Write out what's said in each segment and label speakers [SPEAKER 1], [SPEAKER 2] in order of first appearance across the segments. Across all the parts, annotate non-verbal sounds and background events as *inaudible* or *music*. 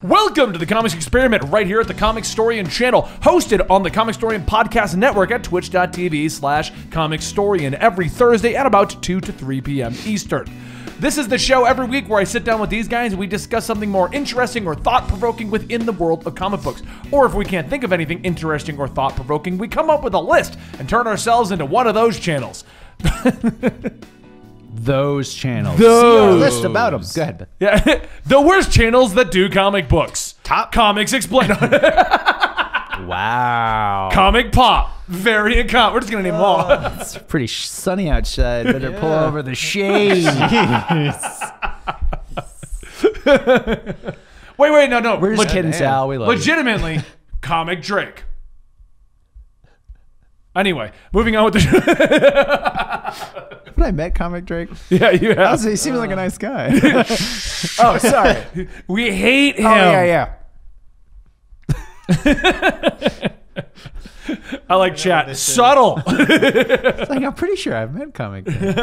[SPEAKER 1] Welcome to the Comics Experiment right here at the Comic Storian channel, hosted on the Comic Storian Podcast Network at twitch.tv slash comicstorian every Thursday at about 2 to 3 p.m. Eastern. This is the show every week where I sit down with these guys and we discuss something more interesting or thought provoking within the world of comic books. Or if we can't think of anything interesting or thought provoking, we come up with a list and turn ourselves into one of those channels.
[SPEAKER 2] Those channels.
[SPEAKER 1] Those.
[SPEAKER 2] list about them. Go ahead.
[SPEAKER 1] Yeah, *laughs* the worst channels that do comic books.
[SPEAKER 2] Top-
[SPEAKER 1] Comics Explained.
[SPEAKER 2] Wow.
[SPEAKER 1] Comic Pop. Very incom. We're just gonna name them all.
[SPEAKER 2] It's pretty sh- sunny outside. Better pull over the
[SPEAKER 3] *laughs*
[SPEAKER 2] shade.
[SPEAKER 1] *laughs* wait, wait, no, no.
[SPEAKER 2] We're just
[SPEAKER 1] Leg-
[SPEAKER 2] kidding, Sal. We love you.
[SPEAKER 1] legitimately, Comic Drake. Anyway, moving on with the show.
[SPEAKER 3] But I met Comic Drake.
[SPEAKER 1] *laughs* yeah, you have.
[SPEAKER 3] Also, he seems
[SPEAKER 2] Uh,
[SPEAKER 3] like a
[SPEAKER 2] *laughs*
[SPEAKER 3] nice guy. oh,
[SPEAKER 2] Oh, sorry.
[SPEAKER 1] *laughs* we hate him.
[SPEAKER 3] yeah, yeah.
[SPEAKER 1] I like chat. Subtle. *laughs*
[SPEAKER 3] It's like, I'm pretty sure I've met Comic Drake.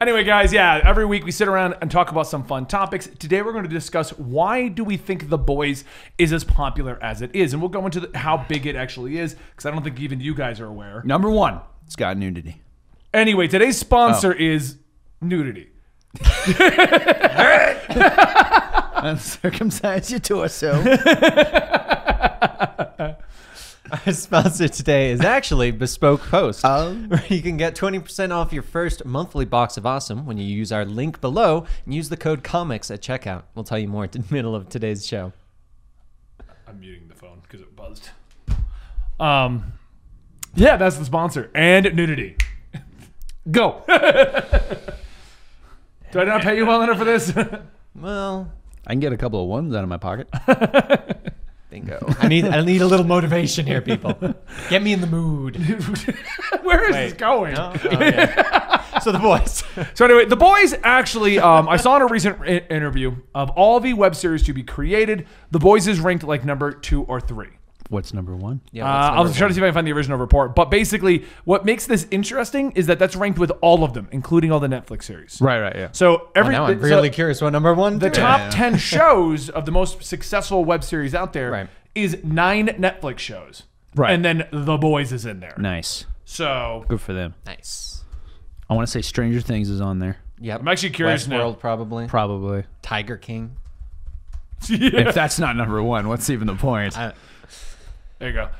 [SPEAKER 1] anyway, guys, yeah, every week we sit around and talk about some fun topics. Today we're going to discuss why do we think The Boys is as popular as it is, and we'll go into the, how big it actually is because I don't think even you guys are aware.
[SPEAKER 2] Number one. It's got nudity.
[SPEAKER 1] Anyway, today's sponsor is nudity.
[SPEAKER 3] *laughs*
[SPEAKER 2] Uncircumcised your torso.
[SPEAKER 4] *laughs* Our sponsor today is actually Bespoke Host,
[SPEAKER 2] Oh.
[SPEAKER 4] where you can get 20% off your first monthly box of awesome when you use our link below and use the code COMICS at checkout. We'll tell you more at the *laughs* middle of today's show.
[SPEAKER 1] I'm muting the phone because it buzzed. Um, yeah, that's the sponsor and nudity. Go. *laughs* Do I not pay you well enough for this? *laughs*
[SPEAKER 4] Well,
[SPEAKER 2] I can get a couple of ones out of my pocket.
[SPEAKER 4] bingo. *laughs* I need I need a little motivation here,
[SPEAKER 2] *laughs*
[SPEAKER 4] people. Get me in the mood.
[SPEAKER 1] Where is this going?
[SPEAKER 2] Oh,
[SPEAKER 4] *laughs* So the boys.
[SPEAKER 1] So anyway, the boys actually, um, I saw in a recent i- interview of all the web series to be created, the boys is ranked like number two or three.
[SPEAKER 2] What's Oh, number one?
[SPEAKER 4] Yeah,
[SPEAKER 1] Uh, I'll try to see if I can find the original report. But basically, what makes this interesting is that that's ranked with all of them, including all the Netflix series.
[SPEAKER 2] Right, Oh, right, yeah.
[SPEAKER 1] So every
[SPEAKER 4] now I'm
[SPEAKER 1] so
[SPEAKER 4] really curious what number one.
[SPEAKER 1] the
[SPEAKER 4] did.
[SPEAKER 1] top
[SPEAKER 2] *laughs*
[SPEAKER 1] ten shows of the most successful web series out there is
[SPEAKER 4] Right.
[SPEAKER 1] nine Netflix shows.
[SPEAKER 2] Right.
[SPEAKER 1] And then The Boys is in there.
[SPEAKER 2] Nice.
[SPEAKER 1] So *laughs*
[SPEAKER 2] Good for them.
[SPEAKER 4] Nice.
[SPEAKER 2] I want to say Stranger Things is on there.
[SPEAKER 4] Yep.
[SPEAKER 1] I'm actually curious now.
[SPEAKER 4] Westworld
[SPEAKER 2] *laughs*
[SPEAKER 4] probably.
[SPEAKER 2] Probably.
[SPEAKER 4] Tiger King.
[SPEAKER 2] If that's not number one, what's even the point? I
[SPEAKER 1] there you go.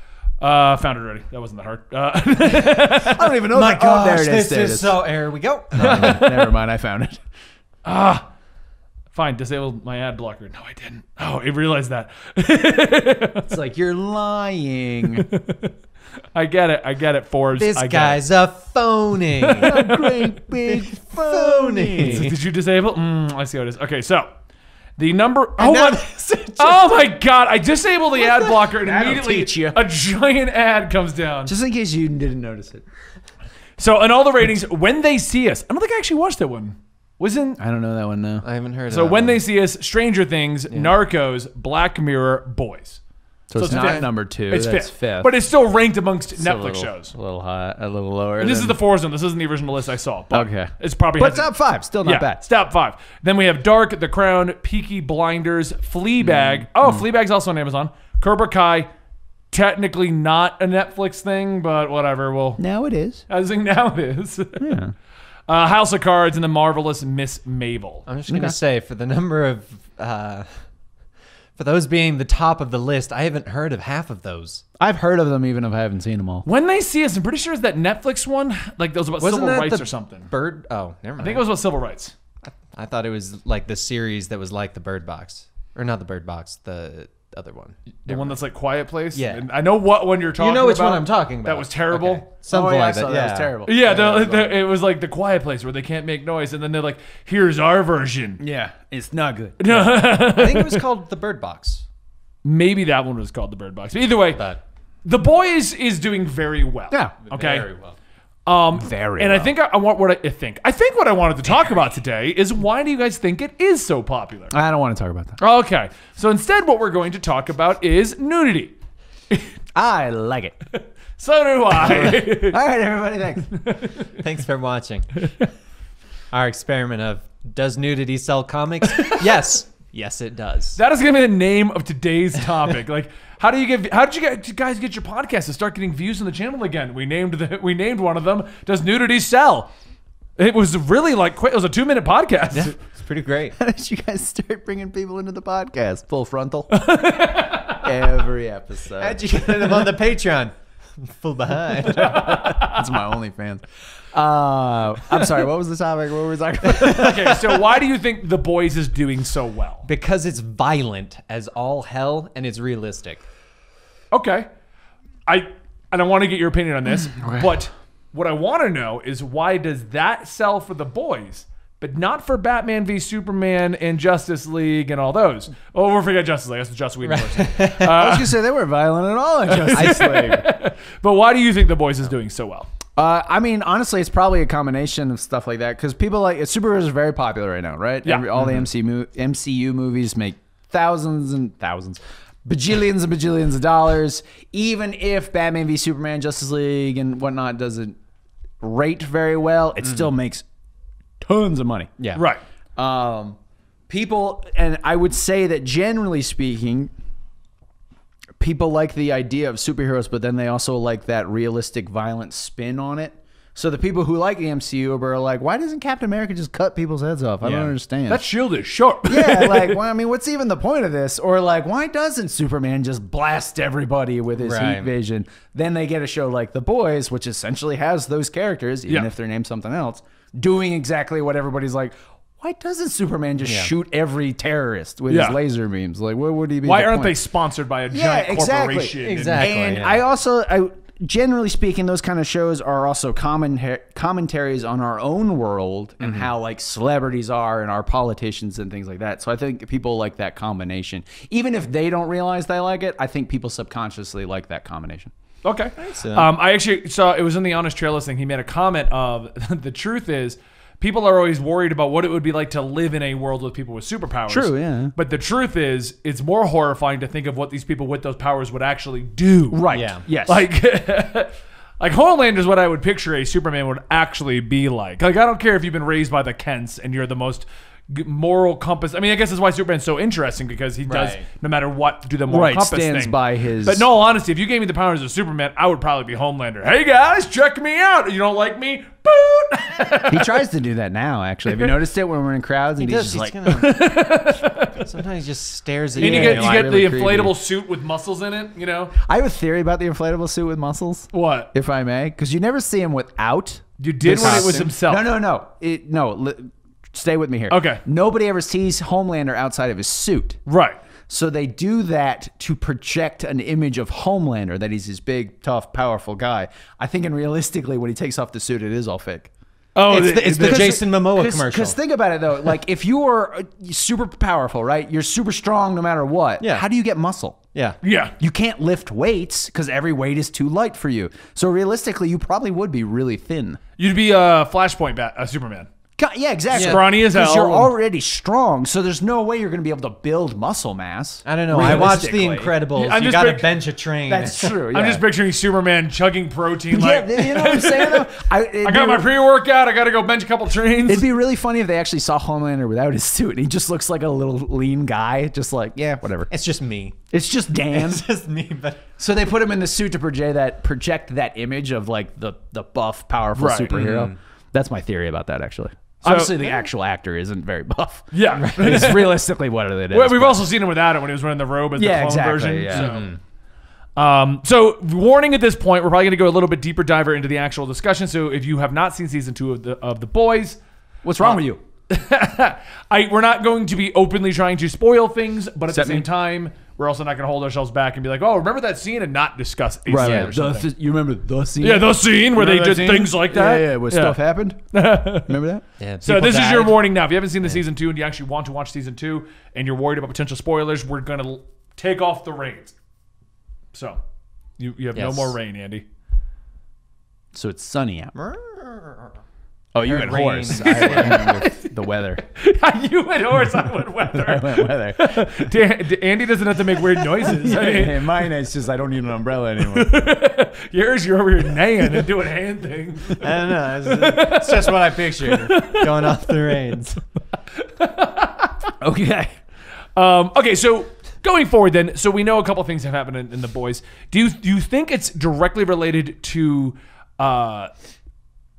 [SPEAKER 1] Uh, found it already. That wasn't that hard. Uh, *laughs*
[SPEAKER 2] don't even know.
[SPEAKER 4] My
[SPEAKER 2] that- oh,
[SPEAKER 4] gosh,
[SPEAKER 2] there it is.
[SPEAKER 4] this
[SPEAKER 2] There it
[SPEAKER 4] is
[SPEAKER 2] is.
[SPEAKER 4] so. Here we go.
[SPEAKER 2] *laughs* Never mind, never mind. I found it.
[SPEAKER 1] fine, disabled my ad blocker. No, I didn't. Oh, I realized that. *laughs*
[SPEAKER 2] It's like you're
[SPEAKER 1] *laughs*
[SPEAKER 2] lying.
[SPEAKER 1] I get it. I get it, Forbes.
[SPEAKER 4] This
[SPEAKER 1] I get
[SPEAKER 4] guy's a
[SPEAKER 1] *laughs*
[SPEAKER 4] phony.
[SPEAKER 2] Great big
[SPEAKER 1] it. *laughs*
[SPEAKER 4] phony.
[SPEAKER 1] Did you disable? Mm, I see how it is. Okay, so the number. Oh,
[SPEAKER 4] And now
[SPEAKER 1] my-
[SPEAKER 4] this is just-
[SPEAKER 1] Oh my god, I disable the ad blocker and
[SPEAKER 2] That'll
[SPEAKER 1] immediately
[SPEAKER 2] teach you.
[SPEAKER 1] a giant ad comes down.
[SPEAKER 2] Just in case you didn't notice it.
[SPEAKER 1] so in all the ratings, when they see us, I don't think I actually watched that one. Wasn't
[SPEAKER 2] I don't know that one now.
[SPEAKER 4] I haven't heard.
[SPEAKER 1] so
[SPEAKER 4] of that
[SPEAKER 1] when
[SPEAKER 4] one.
[SPEAKER 1] they see us, Stranger Things, Narcos, Black Mirror, Boys.
[SPEAKER 2] So, it's,
[SPEAKER 1] it's
[SPEAKER 2] not
[SPEAKER 1] fifth.
[SPEAKER 2] number two.
[SPEAKER 1] It's
[SPEAKER 2] that's
[SPEAKER 1] fifth,
[SPEAKER 2] fifth.
[SPEAKER 1] but it's still ranked amongst
[SPEAKER 2] It's a
[SPEAKER 1] Netflix
[SPEAKER 2] little-
[SPEAKER 1] shows.
[SPEAKER 2] A little high, a little lower.
[SPEAKER 1] This is
[SPEAKER 2] than-
[SPEAKER 1] the Forza. This isn't the original list I saw. But
[SPEAKER 2] Okay.
[SPEAKER 1] It's probably
[SPEAKER 2] But
[SPEAKER 1] has-
[SPEAKER 2] top five, still not
[SPEAKER 1] yeah,
[SPEAKER 2] bad.
[SPEAKER 1] it's top five. Then we have Dark, The Crown, Peaky Blinders,
[SPEAKER 2] Mm.
[SPEAKER 1] Fleabag. Oh, Fleabag's also on Amazon. Cobra Kai, technically not a Netflix thing, but whatever. Well,
[SPEAKER 2] Now it is.
[SPEAKER 1] I think now it is. *laughs* Uh, House of Cards and the Marvelous Miss Mabel.
[SPEAKER 4] I'm just gonna say for the number of, uh, for those being the top of the list, I haven't heard of half of those.
[SPEAKER 2] I've heard of them, even if I haven't seen them all.
[SPEAKER 1] When they see us, I'm pretty sure it's that Netflix one. Like those about
[SPEAKER 4] Wasn't
[SPEAKER 1] civil
[SPEAKER 4] that
[SPEAKER 1] rights
[SPEAKER 4] the
[SPEAKER 1] or something.
[SPEAKER 4] Bird. Oh, never mind.
[SPEAKER 1] I think it was about civil rights.
[SPEAKER 4] I thought it was like the series that was like the Bird Box, or not the Bird Box, the other one.
[SPEAKER 1] The one that's like Quiet Place.
[SPEAKER 4] Yeah.
[SPEAKER 1] And I know what one you're talking
[SPEAKER 4] You
[SPEAKER 1] about.
[SPEAKER 4] know which one I'm talking about.
[SPEAKER 1] That was terrible. Oh,
[SPEAKER 4] Okay. Something like that. Oh, Yeah,
[SPEAKER 2] was terrible.
[SPEAKER 1] Yeah, the, the, it was like the quiet place where they can't make noise, and then they're like, "Here's our version."
[SPEAKER 2] Yeah, it's not good.
[SPEAKER 4] I think it was called the Bird Box.
[SPEAKER 1] Maybe that one was called the Bird Box. But either way,
[SPEAKER 4] But
[SPEAKER 1] the boy is is doing very well.
[SPEAKER 2] Yeah.
[SPEAKER 1] Okay.
[SPEAKER 4] very well.
[SPEAKER 1] Um,
[SPEAKER 2] Very
[SPEAKER 1] And I
[SPEAKER 2] well.
[SPEAKER 1] think I, I want what I, I think. I think what I wanted to talk about today is why do you guys think it is so popular?
[SPEAKER 2] I don't want to talk about that.
[SPEAKER 1] Okay. So instead, what we're going to talk about is nudity.
[SPEAKER 2] I like it. all
[SPEAKER 1] So do
[SPEAKER 3] *laughs*
[SPEAKER 1] I.
[SPEAKER 2] right, everybody, thanks. *laughs*
[SPEAKER 4] Thanks for watching. Our experiment of does nudity sell comics? *laughs* yes. Yes, it does.
[SPEAKER 1] That is gonna be the name of today's topic. like, how do you get? How did you, get, did you guys get your podcast to start getting views on the channel again? We named the we named one of them. Does nudity sell? It was really like quick. It was a two minute podcast.
[SPEAKER 4] It's pretty great.
[SPEAKER 3] How did you guys start bringing people into the podcast? Full frontal. Every episode.
[SPEAKER 4] How'd you get them on the Patreon? Full behind.
[SPEAKER 3] That's my OnlyFans. Uh, I'm sorry. What was the topic? What were we talking about?
[SPEAKER 1] *laughs* okay, so why do you think the boys is doing so well?
[SPEAKER 4] because it's violent as all hell and it's realistic.
[SPEAKER 1] Okay, I I don't want to get your opinion on this,
[SPEAKER 3] Mm,
[SPEAKER 1] but what I want to know is why does that sell for the boys? But not for Batman v Superman and Justice League and all those. Oh, we forget Justice League. That's the Justice Whedon person.
[SPEAKER 3] I was gonna say they weren't violent at all in Justice League.
[SPEAKER 1] But why do you think the boys is doing so well?
[SPEAKER 3] Uh, I mean, honestly, it's probably a combination of stuff like that because people like superheroes are very popular right now, right?
[SPEAKER 1] Yeah.
[SPEAKER 3] Every- all the MCU mo- MCU movies make thousands and thousands, bajillions and bajillions of dollars. Even if Batman v Superman, Justice League, and whatnot doesn't rate very well, it still makes tons of money.
[SPEAKER 4] Yeah.
[SPEAKER 1] Right.
[SPEAKER 3] Um, people, and I would say that generally speaking, people like the idea of superheroes, but then they also like that realistic, violent spin on it. So the people who like the MCU are like, why doesn't Captain America just cut people's heads off? I
[SPEAKER 4] Yeah.
[SPEAKER 3] don't understand.
[SPEAKER 1] That shield is sharp. *laughs*
[SPEAKER 3] yeah, like, well, I mean, what's even the point of this? Or like, why doesn't Superman just blast everybody with his
[SPEAKER 4] Right.
[SPEAKER 3] heat vision? Then they get a show like The Boys, which essentially has those characters, even
[SPEAKER 1] Yeah.
[SPEAKER 3] if they're named something else, doing exactly what everybody's like. Why doesn't Superman just shoot every terrorist with
[SPEAKER 1] Yeah.
[SPEAKER 3] his laser beams? Like, what would he be?
[SPEAKER 1] Why
[SPEAKER 3] the
[SPEAKER 1] aren't
[SPEAKER 3] point?
[SPEAKER 1] they sponsored by a giant
[SPEAKER 3] Yeah, exactly.
[SPEAKER 1] corporation? and-
[SPEAKER 4] Exactly.
[SPEAKER 3] And
[SPEAKER 4] yeah.
[SPEAKER 3] I also, I generally speaking, those kind of shows are also comment commentaries on our own world and how like celebrities are and our politicians and things like that. So I think people like that combination, even if they don't realize they like it. I think people subconsciously like that combination.
[SPEAKER 1] Okay. Um, I actually saw it was in the Honest Trailers thing. He made a comment of *laughs* the truth is people are always worried about what it would be like to live in a world with people with superpowers.
[SPEAKER 3] True, yeah.
[SPEAKER 1] But the truth is, it's more horrifying to think of what these people with those powers would actually do.
[SPEAKER 3] Right.
[SPEAKER 4] Yeah.
[SPEAKER 3] Yes.
[SPEAKER 1] Like, *laughs* like Homeland is what I would picture a Superman would actually be like. Like, I don't care if you've been raised by the Kents and you're the most g- moral compass. I mean, I guess that's why Superman's so interesting because he does,
[SPEAKER 4] Right.
[SPEAKER 1] no matter what, do the moral
[SPEAKER 3] Right,
[SPEAKER 1] compass
[SPEAKER 3] stands
[SPEAKER 1] thing.
[SPEAKER 3] by his-
[SPEAKER 1] But in all honesty, if you gave me the powers of Superman, I would probably be Homelander. Hey guys, check me out. You don't like me? Boot. *laughs*
[SPEAKER 3] he tries to do that now. Actually, have you noticed it when we're in crowds and
[SPEAKER 4] He
[SPEAKER 3] he's
[SPEAKER 4] does.
[SPEAKER 3] just like,
[SPEAKER 4] he's gonna- *laughs* sometimes he just stares at
[SPEAKER 1] And
[SPEAKER 4] you.
[SPEAKER 1] you get, you
[SPEAKER 4] and you're
[SPEAKER 1] get
[SPEAKER 4] like,
[SPEAKER 3] really
[SPEAKER 1] the
[SPEAKER 3] creepy.
[SPEAKER 1] inflatable suit with muscles in it. You know
[SPEAKER 3] I have a theory about the inflatable suit with muscles.
[SPEAKER 1] what?
[SPEAKER 3] if I may, because you never see him without.
[SPEAKER 1] You did
[SPEAKER 3] the
[SPEAKER 1] when it was
[SPEAKER 3] costume.
[SPEAKER 1] himself.
[SPEAKER 3] No, no, no. It, no, li- stay with me here.
[SPEAKER 1] Okay.
[SPEAKER 3] Nobody ever sees Homelander outside of his suit.
[SPEAKER 1] Right.
[SPEAKER 3] So they do that to project an image of Homelander that he's this big, tough, powerful guy. I think, and realistically, when he takes off the suit, it is all fake.
[SPEAKER 1] Oh,
[SPEAKER 4] It's
[SPEAKER 1] they-
[SPEAKER 4] the- it's the
[SPEAKER 1] they-
[SPEAKER 4] Jason Momoa commercial.
[SPEAKER 3] Because think about it though, like if you are uh, super powerful, right? You're super strong no matter what.
[SPEAKER 4] Yeah.
[SPEAKER 3] How do you get muscle?
[SPEAKER 4] yeah.
[SPEAKER 1] Yeah.
[SPEAKER 3] You can't lift weights because every weight is too light for you. So realistically, you probably would be really thin.
[SPEAKER 1] You'd be a Flashpoint bat, a Superman.
[SPEAKER 3] God, yeah, exactly.
[SPEAKER 1] Yeah. Scrawny as
[SPEAKER 3] 'Cause
[SPEAKER 1] hell.
[SPEAKER 3] You're already strong, so there's no way you're going to be able to build muscle mass.
[SPEAKER 4] I don't know. I watched The
[SPEAKER 3] Realistically.
[SPEAKER 4] Incredibles.
[SPEAKER 1] I'm just
[SPEAKER 4] you got to
[SPEAKER 1] pic-
[SPEAKER 4] bench a
[SPEAKER 3] *laughs*
[SPEAKER 4] train.
[SPEAKER 3] That's true. Yeah.
[SPEAKER 1] I'm just picturing Superman chugging protein. Like,
[SPEAKER 3] yeah, you know what I'm saying?
[SPEAKER 1] *laughs*
[SPEAKER 3] Though? I, it'd
[SPEAKER 1] I got
[SPEAKER 3] be-
[SPEAKER 1] my pre-workout. I got to go bench a couple trains.
[SPEAKER 3] It'd be really funny if they actually saw Homelander without his suit, and he just looks like a little lean guy, just like yeah, whatever.
[SPEAKER 4] *laughs* it's just me.
[SPEAKER 3] It's
[SPEAKER 1] *laughs*
[SPEAKER 3] just Dan.
[SPEAKER 4] It's just me. But
[SPEAKER 3] so they put him in the suit to project that project that image of like the the buff, powerful
[SPEAKER 1] Right. Mm-hmm.
[SPEAKER 3] superhero. That's my theory about that, actually.
[SPEAKER 1] So-
[SPEAKER 3] Obviously, the actual actor isn't very buff.
[SPEAKER 1] yeah.
[SPEAKER 3] *laughs* it's realistically what it is.
[SPEAKER 1] Well, we've
[SPEAKER 3] but-
[SPEAKER 1] also seen him without it when he was wearing the robe as the
[SPEAKER 3] Yeah,
[SPEAKER 1] clone
[SPEAKER 3] exactly,
[SPEAKER 1] version.
[SPEAKER 3] yeah.
[SPEAKER 1] So. Um, so, warning at this point, we're probably going to go a little bit deeper diver into the actual discussion. So, if you have not seen season two of the of the boys, *laughs*
[SPEAKER 3] what's wrong with you?
[SPEAKER 1] I we're not going to be openly trying to spoil things, but at
[SPEAKER 2] Except
[SPEAKER 1] the same
[SPEAKER 2] me.
[SPEAKER 1] time, we're also not going to hold ourselves back and be like, "Oh, remember that scene?" and not discuss a scene or
[SPEAKER 3] The
[SPEAKER 1] something.
[SPEAKER 3] th- you remember the scene?
[SPEAKER 1] yeah, the scene where
[SPEAKER 2] Remember
[SPEAKER 1] they
[SPEAKER 2] that
[SPEAKER 1] did
[SPEAKER 2] scene?
[SPEAKER 1] things like that.
[SPEAKER 3] Yeah, yeah, where
[SPEAKER 1] *laughs*
[SPEAKER 3] stuff happened. Remember that?
[SPEAKER 4] yeah,
[SPEAKER 1] So
[SPEAKER 4] people
[SPEAKER 1] this is your
[SPEAKER 4] died.
[SPEAKER 1] warning now. If you haven't seen the season two and you actually want to watch season two and you're worried about potential spoilers, we're gonna l- take off the reins. So you you have no
[SPEAKER 4] Yes.
[SPEAKER 1] more rain, Andy. *laughs*
[SPEAKER 3] So it's sunny out. Oh, you went
[SPEAKER 4] rain.
[SPEAKER 3] horse. I
[SPEAKER 1] *laughs*
[SPEAKER 3] went with the weather.
[SPEAKER 1] you went horse, I went
[SPEAKER 4] *laughs*
[SPEAKER 1] weather.
[SPEAKER 3] went weather.
[SPEAKER 1] Dan, D- Andy doesn't have to make weird noises. I
[SPEAKER 4] *laughs*
[SPEAKER 1] mean,
[SPEAKER 3] *laughs* mine is just I don't need an umbrella anymore.
[SPEAKER 1] *laughs* yours, you're over here neighing and doing hand things.
[SPEAKER 4] I don't know. It's just, it's just what I pictured. Going off the reins.
[SPEAKER 3] okay.
[SPEAKER 1] Um, okay, so going forward, then, so we know a couple things have happened in, in the boys. Do you do you think it's directly related to uh,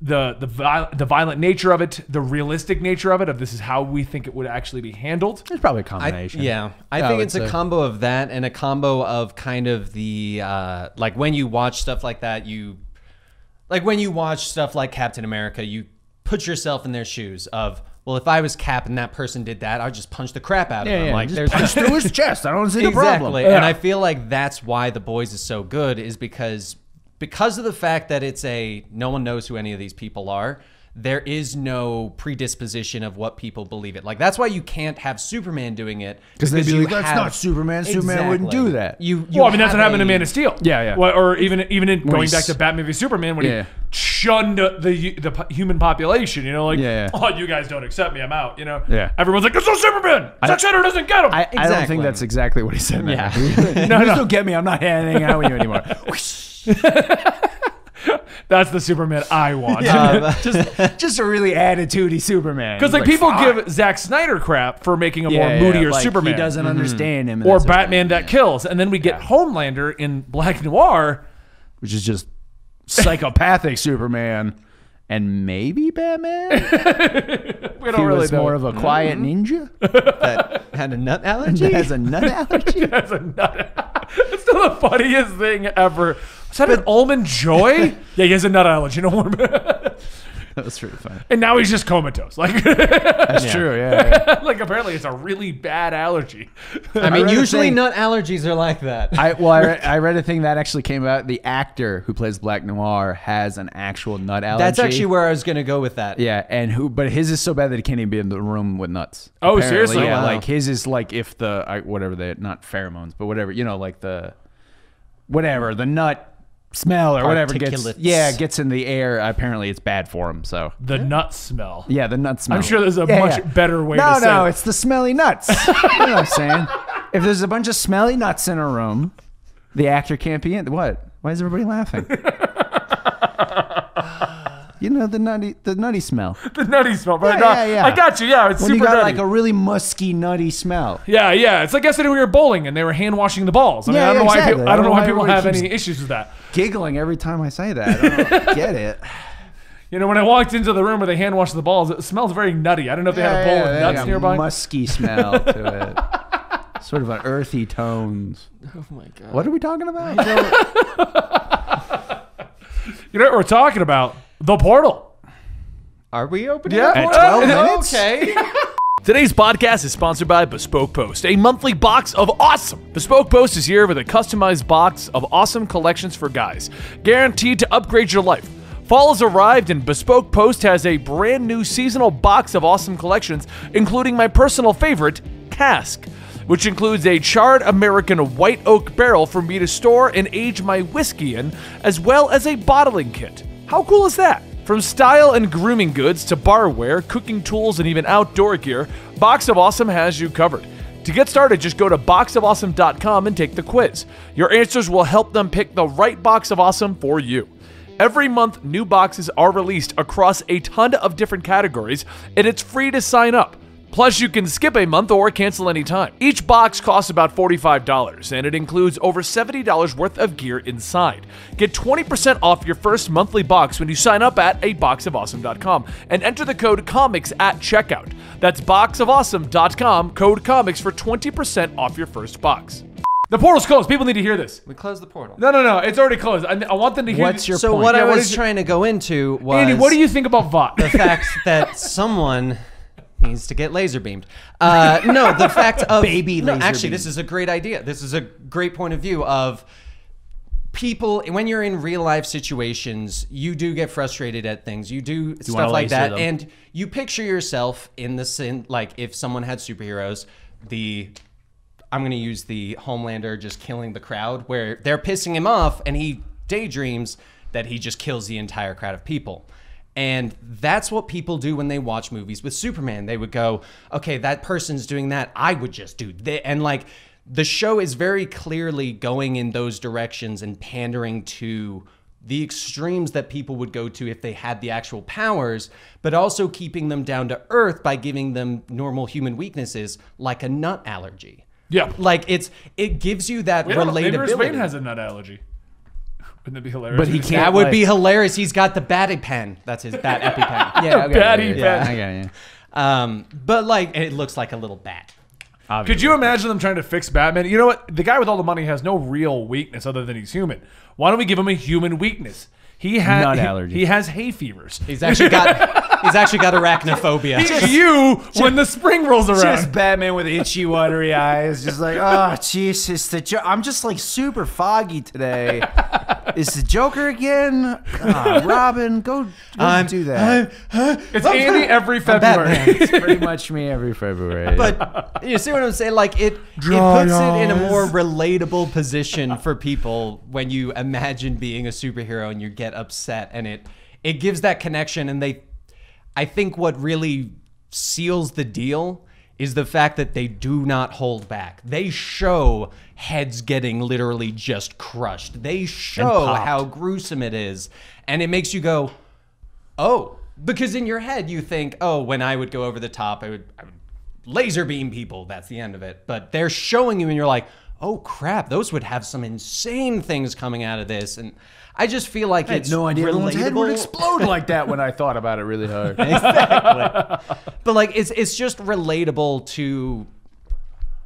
[SPEAKER 1] the the viol- the violent nature of it, the realistic nature of it, of this is how we think it would actually be handled?
[SPEAKER 3] It's probably a
[SPEAKER 4] I,
[SPEAKER 3] combination.
[SPEAKER 4] yeah, I
[SPEAKER 3] I
[SPEAKER 4] think
[SPEAKER 3] would
[SPEAKER 4] it's a
[SPEAKER 3] say.
[SPEAKER 4] combo of that and a combo of kind of the uh, like when you watch stuff like that, you like when you watch stuff like Captain America, you put yourself in their shoes of well, if I was Cap and that person did that, I'd just punch the crap out of
[SPEAKER 3] Yeah,
[SPEAKER 4] them.
[SPEAKER 3] yeah,
[SPEAKER 4] like
[SPEAKER 3] just
[SPEAKER 4] there's
[SPEAKER 3] *laughs* punch through his chest. I don't see the problem.
[SPEAKER 4] exactly, and I feel like that's why the boys is so good is because because of the fact that it's a no one knows who any of these people are. There is no predisposition of what people believe it. Like that's why you can't have Superman doing it
[SPEAKER 3] they'd be
[SPEAKER 4] you
[SPEAKER 3] like, "That's not Superman. Superman wouldn't do that."
[SPEAKER 4] You, you
[SPEAKER 1] Well, I mean, that's
[SPEAKER 4] have
[SPEAKER 1] what happened
[SPEAKER 4] a-
[SPEAKER 1] to Man of Steel.
[SPEAKER 2] Yeah, yeah.
[SPEAKER 1] Well, or even even in going
[SPEAKER 3] he's-
[SPEAKER 1] back to Batman v Superman when
[SPEAKER 3] Yeah.
[SPEAKER 1] he shunned the the po- human population. You know, like,
[SPEAKER 3] Yeah, yeah.
[SPEAKER 1] oh, you guys don't accept me, I'm out. You know,
[SPEAKER 2] Yeah.
[SPEAKER 1] Everyone's like, it's no Superman. Zack Snyder doesn't get him.
[SPEAKER 3] I, I don't
[SPEAKER 4] Exactly.
[SPEAKER 3] think that's exactly what he said. Yeah. *laughs*
[SPEAKER 4] Yeah.
[SPEAKER 3] no, no. Don't get me. I'm not hanging out with you anymore.
[SPEAKER 1] that's the Superman I want. *laughs*
[SPEAKER 3] *laughs* just, just a really attitudey Superman.
[SPEAKER 1] Because Um, like, people give Zack Snyder crap for making a more moodier Superman
[SPEAKER 3] He doesn't understand him. and
[SPEAKER 1] or
[SPEAKER 3] that's okay.
[SPEAKER 1] Batman that kills, and then we get Homelander in Black *laughs* Noir.
[SPEAKER 3] which is just psychopathic Superman, and maybe Batman.
[SPEAKER 1] We don't
[SPEAKER 3] he
[SPEAKER 1] really
[SPEAKER 3] was
[SPEAKER 1] know. *laughs*
[SPEAKER 3] more of a quiet ninja.
[SPEAKER 4] that *laughs* had
[SPEAKER 3] *laughs*
[SPEAKER 4] a nut allergy.
[SPEAKER 3] Has a nut allergy.
[SPEAKER 1] it's still the funniest thing ever. Is that an almond
[SPEAKER 3] *laughs*
[SPEAKER 1] joy? yeah, he has a nut allergy. No more. *laughs*
[SPEAKER 3] that was really funny.
[SPEAKER 1] and now he's just comatose. Like, *laughs*
[SPEAKER 3] That's true. Yeah. yeah.
[SPEAKER 1] like apparently it's a really bad allergy. *laughs*
[SPEAKER 4] I mean,
[SPEAKER 3] read a
[SPEAKER 4] usually
[SPEAKER 3] thing-
[SPEAKER 4] nut allergies are like that.
[SPEAKER 3] I well, I read, I read a thing that actually came out. The actor who plays Black Noir has an actual nut allergy.
[SPEAKER 4] that's actually where I was gonna go with that.
[SPEAKER 3] Yeah, and who? But his is so bad that he can't even be in the room with nuts.
[SPEAKER 1] Oh, seriously?
[SPEAKER 3] Yeah,
[SPEAKER 1] Wow.
[SPEAKER 3] like his is like if the I, whatever they not pheromones, but whatever you know, like the whatever the nut smell or whatever gets
[SPEAKER 4] Particulates.
[SPEAKER 3] yeah gets in the air. Apparently, it's bad for him. So
[SPEAKER 1] The nut smell.
[SPEAKER 3] yeah, the nut smell.
[SPEAKER 1] sure there's a much better way
[SPEAKER 3] No,
[SPEAKER 1] to say
[SPEAKER 3] no,
[SPEAKER 1] it.
[SPEAKER 3] it's the
[SPEAKER 1] *laughs*
[SPEAKER 3] smelly nuts. you know what I'm saying? If there's a bunch of smelly nuts in a room, the actor can't be in. What? Why is
[SPEAKER 1] *laughs*
[SPEAKER 3] everybody laughing? you know the nutty, the nutty smell.
[SPEAKER 1] *laughs* The nutty smell. Right?
[SPEAKER 3] Yeah,
[SPEAKER 1] now.
[SPEAKER 3] yeah, yeah.
[SPEAKER 1] I got you. Yeah, it's
[SPEAKER 3] when you
[SPEAKER 1] super
[SPEAKER 3] got
[SPEAKER 1] nutty.
[SPEAKER 3] like a really musky, nutty smell.
[SPEAKER 1] yeah, yeah. It's like yesterday we were bowling and they were hand washing the balls. I mean,
[SPEAKER 3] Yeah,
[SPEAKER 1] I don't know
[SPEAKER 3] yeah,
[SPEAKER 1] why
[SPEAKER 3] exactly.
[SPEAKER 1] people, I don't know why people
[SPEAKER 3] everybody
[SPEAKER 1] have any
[SPEAKER 3] keeps-
[SPEAKER 1] issues with that.
[SPEAKER 3] Giggling every time I say that. I don't get it.
[SPEAKER 1] You know, when I walked into the room where they hand washed the balls, it smells very nutty. I don't know if *laughs* they had a bowl with nuts
[SPEAKER 3] a
[SPEAKER 1] nearby.
[SPEAKER 3] Musky smell to it. Sort of an earthy tones.
[SPEAKER 4] Oh my god.
[SPEAKER 3] What are we
[SPEAKER 1] *laughs*
[SPEAKER 3] talking about?
[SPEAKER 1] you know what we're talking about? The portal.
[SPEAKER 4] Are we opening?
[SPEAKER 1] Yeah.
[SPEAKER 4] up?
[SPEAKER 1] At
[SPEAKER 3] 12 minutes?
[SPEAKER 4] *laughs* Okay.
[SPEAKER 1] Today's podcast is sponsored by Bespoke Post, a monthly box of awesome. Bespoke Post is here with a customized box of awesome collections for guys, guaranteed to upgrade your life. Fall has arrived, and Bespoke Post has a brand new seasonal box of awesome collections, including my personal favorite, Cask, which includes a charred American white oak barrel for me to store and age my whiskey in, as well as a bottling kit. How cool is that? From style and grooming goods to barware, cooking tools, and even outdoor gear, Box of Awesome has you covered. To get started, just go to boxofawesome.com and take the quiz. Your answers will help them pick the right box of awesome for you. Every month, new boxes are released across a ton of different categories, and it's free to sign up. Plus, you can skip a month or cancel anytime. Each box costs about $45, and it includes over $70 worth of gear inside. Get 20% off your first monthly box when you sign up at aboxofawesome.com and enter the code COMICS at checkout. That's boxofawesome.com, code COMICS for 20% off your first box. The portal's closed. People need to hear this.
[SPEAKER 4] we close the portal.
[SPEAKER 1] No, no, no. It's already closed. I, I want them to hear
[SPEAKER 3] What's your
[SPEAKER 4] So
[SPEAKER 3] point.
[SPEAKER 4] what
[SPEAKER 1] Yeah,
[SPEAKER 4] I
[SPEAKER 1] what
[SPEAKER 4] was
[SPEAKER 1] is-
[SPEAKER 4] trying to go into was
[SPEAKER 1] Andy, what do you think about Vought?
[SPEAKER 4] the fact that someone needs to get laser beamed. Uh, no,
[SPEAKER 3] *laughs*
[SPEAKER 4] the fact of
[SPEAKER 3] Baby
[SPEAKER 4] no,
[SPEAKER 3] laser
[SPEAKER 4] Actually,
[SPEAKER 3] beam.
[SPEAKER 4] this is a great idea. This is a great point of view of people when you're in real life situations you do get frustrated at things you do stuff like
[SPEAKER 3] laser
[SPEAKER 4] that
[SPEAKER 3] them.
[SPEAKER 4] and you picture yourself in the sin like if someone had superheroes the i'm going to use the homelander just killing the crowd where they're pissing him off and he daydreams that he just kills the entire crowd of people and that's what people do when they watch movies with superman they would go okay that person's doing that i would just do that and like the show is very clearly going in those directions and pandering to the extremes that people would go to if they had the actual powers, but also keeping them down to earth by giving them normal human weaknesses like a nut allergy.
[SPEAKER 1] Yeah.
[SPEAKER 4] Like it's it gives you that
[SPEAKER 1] We don't know. *laughs* Maybe Bruce
[SPEAKER 4] relatability.
[SPEAKER 1] Wayne has a nut allergy. Wouldn't that be hilarious?
[SPEAKER 3] But he
[SPEAKER 1] If-
[SPEAKER 3] can't-
[SPEAKER 4] that would
[SPEAKER 3] like-
[SPEAKER 4] be hilarious. He's got the batty pen. That's his
[SPEAKER 1] *laughs*
[SPEAKER 4] bat epipen.
[SPEAKER 3] Yeah, okay,
[SPEAKER 1] Batty
[SPEAKER 3] yeah,
[SPEAKER 1] bat.
[SPEAKER 3] I got you.
[SPEAKER 4] Um, but like it looks like a little bat.
[SPEAKER 1] Could you imagine them trying to fix Batman? You know what? The guy with all the money has no real weakness other than he's human. Why don't we give him a human weakness? He has
[SPEAKER 3] Nut
[SPEAKER 1] he,
[SPEAKER 3] allergy.
[SPEAKER 1] he has hay fevers. *laughs*
[SPEAKER 4] He's actually got he's actually got
[SPEAKER 3] *laughs*
[SPEAKER 4] arachnophobia.
[SPEAKER 1] He's you when the spring rolls around.
[SPEAKER 3] Just Batman with itchy,
[SPEAKER 4] *laughs*
[SPEAKER 3] watery eyes, just like, oh Jesus, the jo- I'm just like super foggy today. Is the Joker again? Ah, Robin, go, go do that. *laughs*
[SPEAKER 1] it's Andy every
[SPEAKER 4] *laughs*
[SPEAKER 1] February.
[SPEAKER 3] It's pretty much me every February.
[SPEAKER 4] but you see what I'm saying? Like it,
[SPEAKER 1] Dry
[SPEAKER 4] it puts it in a
[SPEAKER 1] eyes.
[SPEAKER 4] more relatable position for people when you imagine being a superhero and you get upset, and it it gives that connection. And they, I think, what really seals the deal is the fact that they do not hold back. They show heads getting literally just crushed. They show
[SPEAKER 3] popped.
[SPEAKER 4] how gruesome it is, and it makes you go, Oh, because in your head you think, oh, when I would go over the top, I would, I would laser beam people. That's the end of it. But they're showing you, and you're like, oh crap, those would have some insane things coming out of this. And I just feel like
[SPEAKER 3] I had
[SPEAKER 4] it's
[SPEAKER 3] no idea everyone's head would
[SPEAKER 4] relatable.
[SPEAKER 3] explode like that when I thought about it really
[SPEAKER 4] *laughs*
[SPEAKER 3] hard.
[SPEAKER 4] but like it's it's just relatable to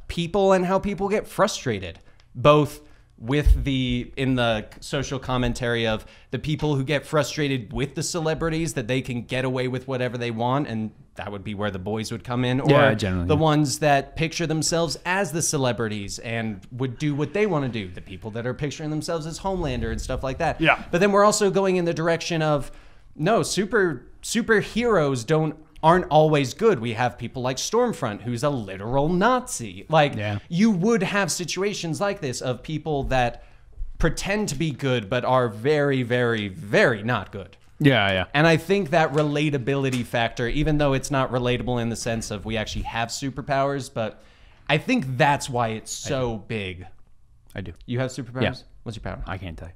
[SPEAKER 4] people and how people get frustrated both with the in the social commentary of the people who get frustrated with the celebrities that they can get away with whatever they want and that would be where the boys would come in or
[SPEAKER 3] Yeah, generally,
[SPEAKER 4] the
[SPEAKER 3] yeah.
[SPEAKER 4] ones that picture themselves as the celebrities and would do what they want to do the people that are picturing themselves as homelander and stuff like that
[SPEAKER 1] Yeah.
[SPEAKER 4] but then we're also going in the direction of no super superheroes don't aren't always good. We have people like Stormfront who's a literal Nazi. Like
[SPEAKER 3] Yeah.
[SPEAKER 4] you would have situations like this of people that pretend to be good but are very very very not good.
[SPEAKER 2] Yeah, yeah.
[SPEAKER 4] And I think that relatability factor, even though it's not relatable in the sense of we actually have superpowers, but I think that's why it's so big.
[SPEAKER 3] I do.
[SPEAKER 4] You have superpowers?
[SPEAKER 3] Yeah.
[SPEAKER 4] What's your power?
[SPEAKER 3] I can't tell you.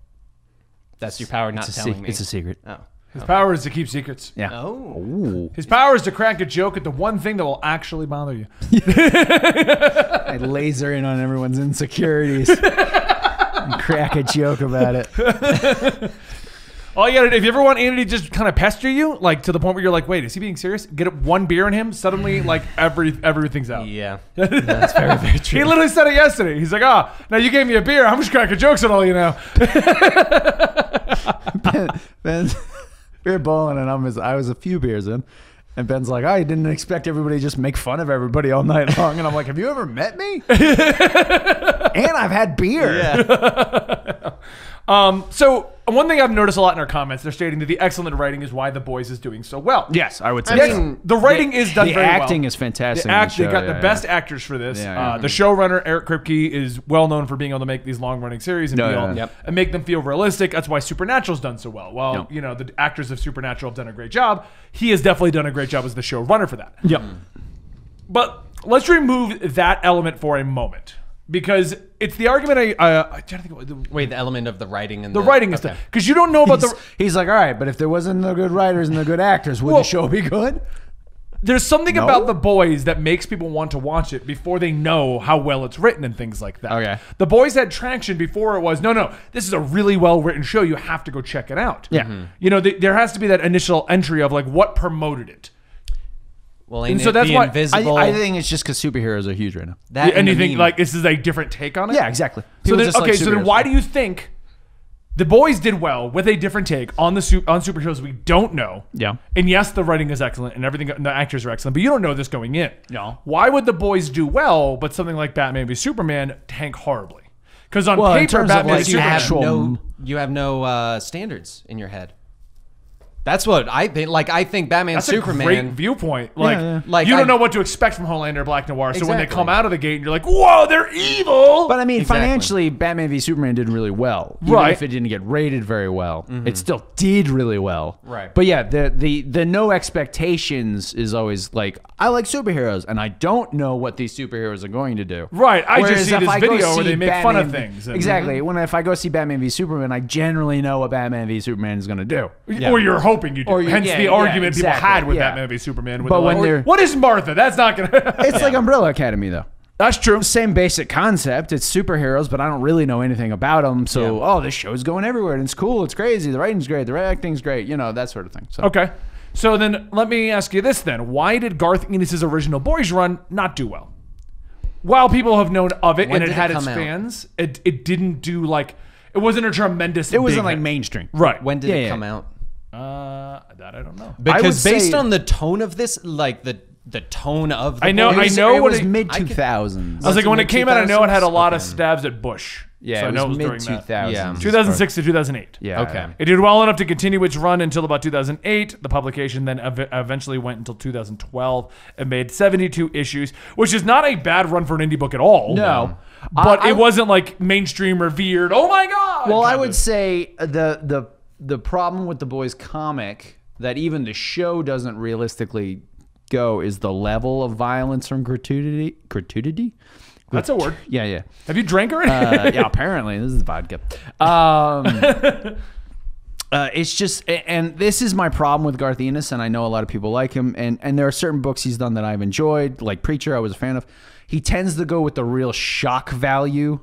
[SPEAKER 4] That's your power not
[SPEAKER 3] It's a,
[SPEAKER 4] telling
[SPEAKER 3] sec-
[SPEAKER 4] me.
[SPEAKER 3] it's a secret.
[SPEAKER 4] oh.
[SPEAKER 1] His power is to keep secrets.
[SPEAKER 3] Yeah.
[SPEAKER 4] Oh.
[SPEAKER 3] Ooh.
[SPEAKER 1] His power is to crack a joke at the one thing that will actually bother you.
[SPEAKER 3] I laser in on everyone's
[SPEAKER 4] *laughs*
[SPEAKER 3] insecurities. and crack a joke about it.
[SPEAKER 1] All you gotta do, if you ever want Andy to just kind of pester you, like to the point where you're like, wait, is he being serious? Get one beer in him, suddenly like every everything's out. *laughs*
[SPEAKER 4] Yeah.
[SPEAKER 1] He literally said it yesterday. He's like, ah, now you gave me a beer. I'm just cracking jokes at all you now.
[SPEAKER 3] Ben, *laughs* we were bowling, and I'm as I was a few beers in, and Ben's like, I didn't expect everybody to just make fun of everybody all night *laughs* long, and I'm like, Have you ever
[SPEAKER 1] *laughs*
[SPEAKER 3] met me? and I've had beer.
[SPEAKER 1] *laughs* Um, so one thing I've noticed a lot in our comments, they're stating that the excellent writing is why The Boys is doing so well.
[SPEAKER 2] Yes, I would say
[SPEAKER 1] Yes,
[SPEAKER 2] so.
[SPEAKER 1] the writing is done
[SPEAKER 3] the
[SPEAKER 1] very
[SPEAKER 3] acting
[SPEAKER 1] well.
[SPEAKER 3] is fantastic.
[SPEAKER 1] The
[SPEAKER 3] in the
[SPEAKER 1] act, they
[SPEAKER 3] show,
[SPEAKER 1] got
[SPEAKER 3] yeah,
[SPEAKER 1] the
[SPEAKER 3] yeah.
[SPEAKER 1] best actors for this.
[SPEAKER 3] Yeah, Mm-hmm. yeah.
[SPEAKER 1] Uh, the showrunner Eric Kripke is well known for being on the make these long running series and,
[SPEAKER 3] Yeah,
[SPEAKER 1] feel,
[SPEAKER 3] yeah. Yep.
[SPEAKER 1] and make them feel realistic. That's why Supernatural's done so well. Well,
[SPEAKER 3] Yeah.
[SPEAKER 1] you know the actors of Supernatural have done a great job. He has definitely done a great job as the showrunner for that. Mm-hmm.
[SPEAKER 2] Yep.
[SPEAKER 1] But let's remove that element for a moment because it's the argument I uh, I don't think the,
[SPEAKER 4] Wait, the element of the writing and
[SPEAKER 1] the writing is
[SPEAKER 4] okay.
[SPEAKER 1] because you don't know about
[SPEAKER 3] He's,
[SPEAKER 1] the
[SPEAKER 3] he's like, all right, but if there wasn't the good writers and the good actors, would
[SPEAKER 1] Well-
[SPEAKER 3] the show be good?
[SPEAKER 1] there's something about the boys that makes people want to watch it before they know how well it's written and things like that.
[SPEAKER 3] Okay.
[SPEAKER 1] The boys had traction before it was no, no. This is a really well written show. You have to go check it out. Mm-hmm.
[SPEAKER 3] Yeah. Mhm.
[SPEAKER 1] You know, th- there has to be that initial entry of like what promoted it.
[SPEAKER 4] Well, ain't
[SPEAKER 1] And so
[SPEAKER 4] it
[SPEAKER 1] that's
[SPEAKER 4] the
[SPEAKER 1] why- I-
[SPEAKER 4] invisible.
[SPEAKER 3] think it's just because superheroes are huge right now.
[SPEAKER 4] that and the
[SPEAKER 1] Anything
[SPEAKER 4] meme.
[SPEAKER 1] like this is a different take on it.
[SPEAKER 3] Yeah, exactly.
[SPEAKER 1] So
[SPEAKER 3] People
[SPEAKER 1] then,
[SPEAKER 3] just like
[SPEAKER 1] okay, so then
[SPEAKER 3] superheroes.
[SPEAKER 1] why do you think the boys did well with a different take on the su- on superheroes we don't know?
[SPEAKER 2] Yeah.
[SPEAKER 1] And yes, the writing is excellent and everything and the actors are excellent, but you don't know this going in.
[SPEAKER 2] No.
[SPEAKER 1] Why would the boys do well, but something like Batman v Superman tank horribly? Because on
[SPEAKER 3] Well, in
[SPEAKER 1] paper,
[SPEAKER 3] terms of,
[SPEAKER 1] Batman
[SPEAKER 3] like,
[SPEAKER 1] v
[SPEAKER 4] you
[SPEAKER 1] Superman.
[SPEAKER 4] have
[SPEAKER 3] actual-
[SPEAKER 4] no you have no uh, standards in your head. That's what I think. Like I think Batman
[SPEAKER 1] That's
[SPEAKER 4] Superman.
[SPEAKER 1] a great viewpoint. Like,
[SPEAKER 3] yeah.
[SPEAKER 4] Like,
[SPEAKER 1] you don't
[SPEAKER 4] I-
[SPEAKER 1] know what to expect from Homelander, Black Noir. So when they
[SPEAKER 4] Exactly.
[SPEAKER 1] come out of the gate, and you're like, "Whoa, they're evil!"
[SPEAKER 3] But I mean,
[SPEAKER 4] Exactly.
[SPEAKER 3] financially, Batman v Superman did really well. Even
[SPEAKER 1] Right. Mm-hmm.
[SPEAKER 3] If it didn't get rated very well, it still did really well.
[SPEAKER 4] Right.
[SPEAKER 3] But yeah, the the the no expectations is always like I like superheroes, and I don't know what these superheroes are going to do.
[SPEAKER 1] Right, I just see
[SPEAKER 3] if
[SPEAKER 1] this
[SPEAKER 3] I go
[SPEAKER 1] video where
[SPEAKER 3] see
[SPEAKER 1] they make fun of
[SPEAKER 3] Batman-
[SPEAKER 1] things and-
[SPEAKER 3] exactly. When if I go see Batman v Superman, I generally know what Batman v Superman is going to do.
[SPEAKER 1] Or you're hoping you do.
[SPEAKER 3] Or you-
[SPEAKER 1] Hence
[SPEAKER 3] yeah,
[SPEAKER 1] the
[SPEAKER 3] yeah,
[SPEAKER 1] argument people
[SPEAKER 3] exactly,
[SPEAKER 1] had with
[SPEAKER 3] yeah.
[SPEAKER 1] Batman v Superman.
[SPEAKER 3] But when
[SPEAKER 1] like,
[SPEAKER 3] they're-
[SPEAKER 1] what is Martha? That's not gonna.
[SPEAKER 3] *laughs* It's like Umbrella Academy, though.
[SPEAKER 1] That's true.
[SPEAKER 3] Same basic concept. It's superheroes, but I don't really know anything about them. So, oh, this show's going everywhere, and it's cool. It's crazy. The writing's great. The acting's great. You know that sort of thing. So,
[SPEAKER 1] Okay, so then let me ask you this: Then why did Garth Ennis' original Boys Run not do well? While people have known of it
[SPEAKER 4] When
[SPEAKER 1] and it
[SPEAKER 4] did it
[SPEAKER 1] had its
[SPEAKER 4] come out?
[SPEAKER 1] fans, it it didn't do like it wasn't a tremendous.
[SPEAKER 3] it wasn't
[SPEAKER 1] big
[SPEAKER 3] like
[SPEAKER 1] hit.
[SPEAKER 3] mainstream.
[SPEAKER 1] right
[SPEAKER 4] When did
[SPEAKER 3] Yeah,
[SPEAKER 4] it
[SPEAKER 3] yeah.
[SPEAKER 4] come out?
[SPEAKER 1] Uh, that I don't know.
[SPEAKER 3] would
[SPEAKER 4] Because based
[SPEAKER 3] say-
[SPEAKER 4] on the tone of this, like the the tone of the
[SPEAKER 1] I know-
[SPEAKER 3] It
[SPEAKER 4] movie-
[SPEAKER 3] was,
[SPEAKER 1] know
[SPEAKER 3] it
[SPEAKER 1] what
[SPEAKER 3] was
[SPEAKER 1] it-
[SPEAKER 3] mid
[SPEAKER 4] I
[SPEAKER 3] two
[SPEAKER 4] could-
[SPEAKER 3] thousands.
[SPEAKER 1] I was like, when it came out, I know it had a lot of
[SPEAKER 4] 2000s?
[SPEAKER 1] stabs at Bush.
[SPEAKER 3] Yeah,
[SPEAKER 1] so I
[SPEAKER 3] it
[SPEAKER 1] know it
[SPEAKER 3] was mid
[SPEAKER 1] was during
[SPEAKER 3] two
[SPEAKER 1] that.
[SPEAKER 3] thousands.
[SPEAKER 1] 2006 to 2008.
[SPEAKER 3] Yeah.
[SPEAKER 4] Okay.
[SPEAKER 1] It did well enough to continue its run until about 2008. The publication then ev- eventually went until 2012 and made 72 issues, which is not a bad run for an indie book at all.
[SPEAKER 3] No.
[SPEAKER 1] But
[SPEAKER 3] I- I-
[SPEAKER 1] it wasn't like mainstream revered. Oh my God.
[SPEAKER 3] Well, I
[SPEAKER 1] kind
[SPEAKER 3] would
[SPEAKER 1] of.
[SPEAKER 3] say the the the problem with the boys comic that even the show doesn't realistically go is the level of violence from gratuity gratuity.
[SPEAKER 1] That's a word.
[SPEAKER 3] Yeah, yeah.
[SPEAKER 1] Have you drank already? *laughs*
[SPEAKER 3] uh, yeah, apparently this is vodka. Um, uh, it's just, a- and this is my problem with Garth Ennis, and I know a lot of people like him, and and there are certain books he's done that I've enjoyed, like Preacher, I was a fan of. He tends to go with the real shock value.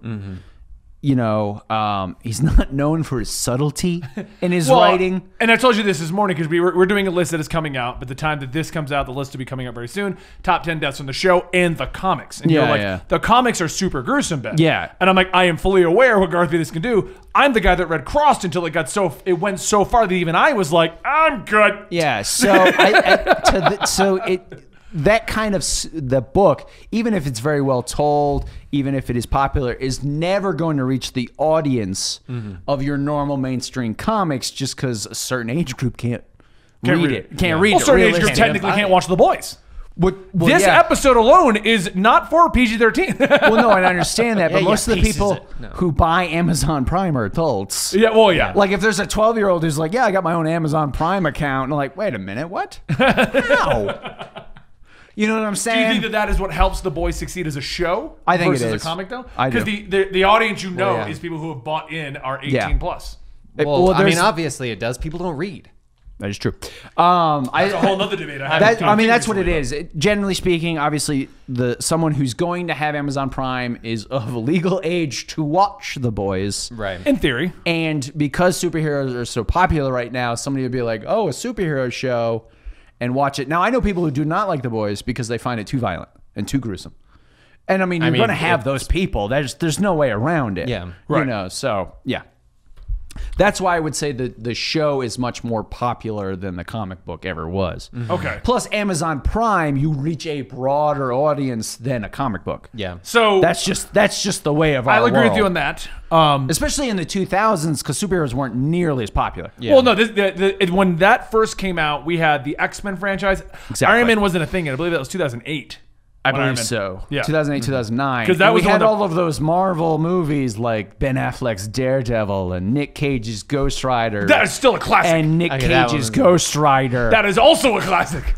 [SPEAKER 3] You know, um, he's *laughs* not known for his subtlety in his
[SPEAKER 1] Well,
[SPEAKER 3] writing.
[SPEAKER 1] And I told you this this morning because we were, we're doing a list that is coming out, but the time that this comes out, the list will be coming out very soon. Top 10 deaths from the show and the comics. And you're
[SPEAKER 3] Yeah,
[SPEAKER 1] like,
[SPEAKER 3] yeah.
[SPEAKER 1] the comics are super gruesome, Ben.
[SPEAKER 3] Yeah.
[SPEAKER 1] And I'm like, I am fully aware what Garth Ennis can do. I'm the guy that read Crossed until it got so, it went so far that even I was like, I'm good. *laughs*
[SPEAKER 3] Yeah. So I, I, to the, so it that kind of s- the book, even if it's very well told, even if it is popular, is never going to reach the audience
[SPEAKER 1] Mm-hmm.
[SPEAKER 3] of your normal mainstream comics just because a certain age group can't.
[SPEAKER 1] Can't
[SPEAKER 3] read,
[SPEAKER 1] read
[SPEAKER 3] it.
[SPEAKER 1] it.
[SPEAKER 3] Can't read
[SPEAKER 1] well,
[SPEAKER 3] it.
[SPEAKER 1] certain age group
[SPEAKER 3] realistically.
[SPEAKER 1] technically can't watch The Boys.
[SPEAKER 3] What, well,
[SPEAKER 1] this
[SPEAKER 3] yeah.
[SPEAKER 1] episode alone is not for PG 13.
[SPEAKER 3] Well, no, and I understand that, but
[SPEAKER 4] Yeah, yeah,
[SPEAKER 3] most of the
[SPEAKER 4] pieces
[SPEAKER 3] people
[SPEAKER 4] it. No.
[SPEAKER 3] who buy Amazon Prime are adults.
[SPEAKER 1] *laughs* yeah, well, yeah.
[SPEAKER 3] Like if there's a 12 year old who's like, yeah, I got my own Amazon Prime account, and I'm like, wait a minute,
[SPEAKER 1] *laughs*
[SPEAKER 3] what? How? you know what I'm
[SPEAKER 1] Do you
[SPEAKER 3] saying?
[SPEAKER 1] think that that is what helps the boys succeed as a show?
[SPEAKER 3] I think it
[SPEAKER 1] versus
[SPEAKER 3] is.
[SPEAKER 1] a comic though.
[SPEAKER 3] I
[SPEAKER 1] Because
[SPEAKER 3] do.
[SPEAKER 1] the, the the audience you know
[SPEAKER 4] yeah.
[SPEAKER 1] is people who have bought in are 18
[SPEAKER 3] Yeah.
[SPEAKER 1] plus.
[SPEAKER 3] It-
[SPEAKER 4] Well, I
[SPEAKER 3] there's-
[SPEAKER 4] mean, obviously it does. People don't read.
[SPEAKER 3] that is true. Um, I,
[SPEAKER 1] That's a whole other debate. I,
[SPEAKER 3] *laughs* that, I mean, that's what it is. It- generally speaking, obviously, the someone who's going to have Amazon Prime is of *laughs* legal age to watch The Boys.
[SPEAKER 4] Right.
[SPEAKER 1] In theory,
[SPEAKER 3] And because superheroes are so popular right now, somebody would be like, "Oh, a superhero show," and watch it. Now, I know people who do not like The Boys because they find it too violent and too gruesome. And I mean, you're
[SPEAKER 4] mean,
[SPEAKER 3] going to have those people. There's there's no way around it.
[SPEAKER 4] Yeah.
[SPEAKER 3] You
[SPEAKER 1] Right.
[SPEAKER 3] know, so yeah. That's why I would say that the show is much more popular than the comic book ever was. Oh,
[SPEAKER 1] okay.
[SPEAKER 3] Plus, Amazon Prime, you reach a broader audience than a comic book.
[SPEAKER 4] Yeah.
[SPEAKER 1] So
[SPEAKER 3] That's just that's just the way of our
[SPEAKER 1] I'll agree with you
[SPEAKER 3] world.
[SPEAKER 1] on that. Um,
[SPEAKER 3] Especially in the 2000s, because superheroes weren't nearly as popular. Yeah.
[SPEAKER 1] Well, no, this, the, the, it, when that first came out, we had the X Men franchise.
[SPEAKER 3] Exactly.
[SPEAKER 1] Iron Man wasn't a thing, and I believe that was 2008.
[SPEAKER 3] I
[SPEAKER 1] when Iron
[SPEAKER 3] believe
[SPEAKER 1] Man-
[SPEAKER 3] so.
[SPEAKER 1] Yeah.
[SPEAKER 4] Mm-hmm.
[SPEAKER 3] 2008, 2009.
[SPEAKER 1] 'Cause that
[SPEAKER 3] And
[SPEAKER 1] was the
[SPEAKER 3] we
[SPEAKER 1] one
[SPEAKER 3] had
[SPEAKER 1] that-
[SPEAKER 3] all of those Marvel movies like Ben Affleck's Daredevil and Nick Cage's Ghost Rider.
[SPEAKER 1] That is still a classic.
[SPEAKER 3] and Nick
[SPEAKER 4] Okay, that
[SPEAKER 3] Cage's
[SPEAKER 4] one-
[SPEAKER 3] Ghost Rider.
[SPEAKER 1] that is also a classic.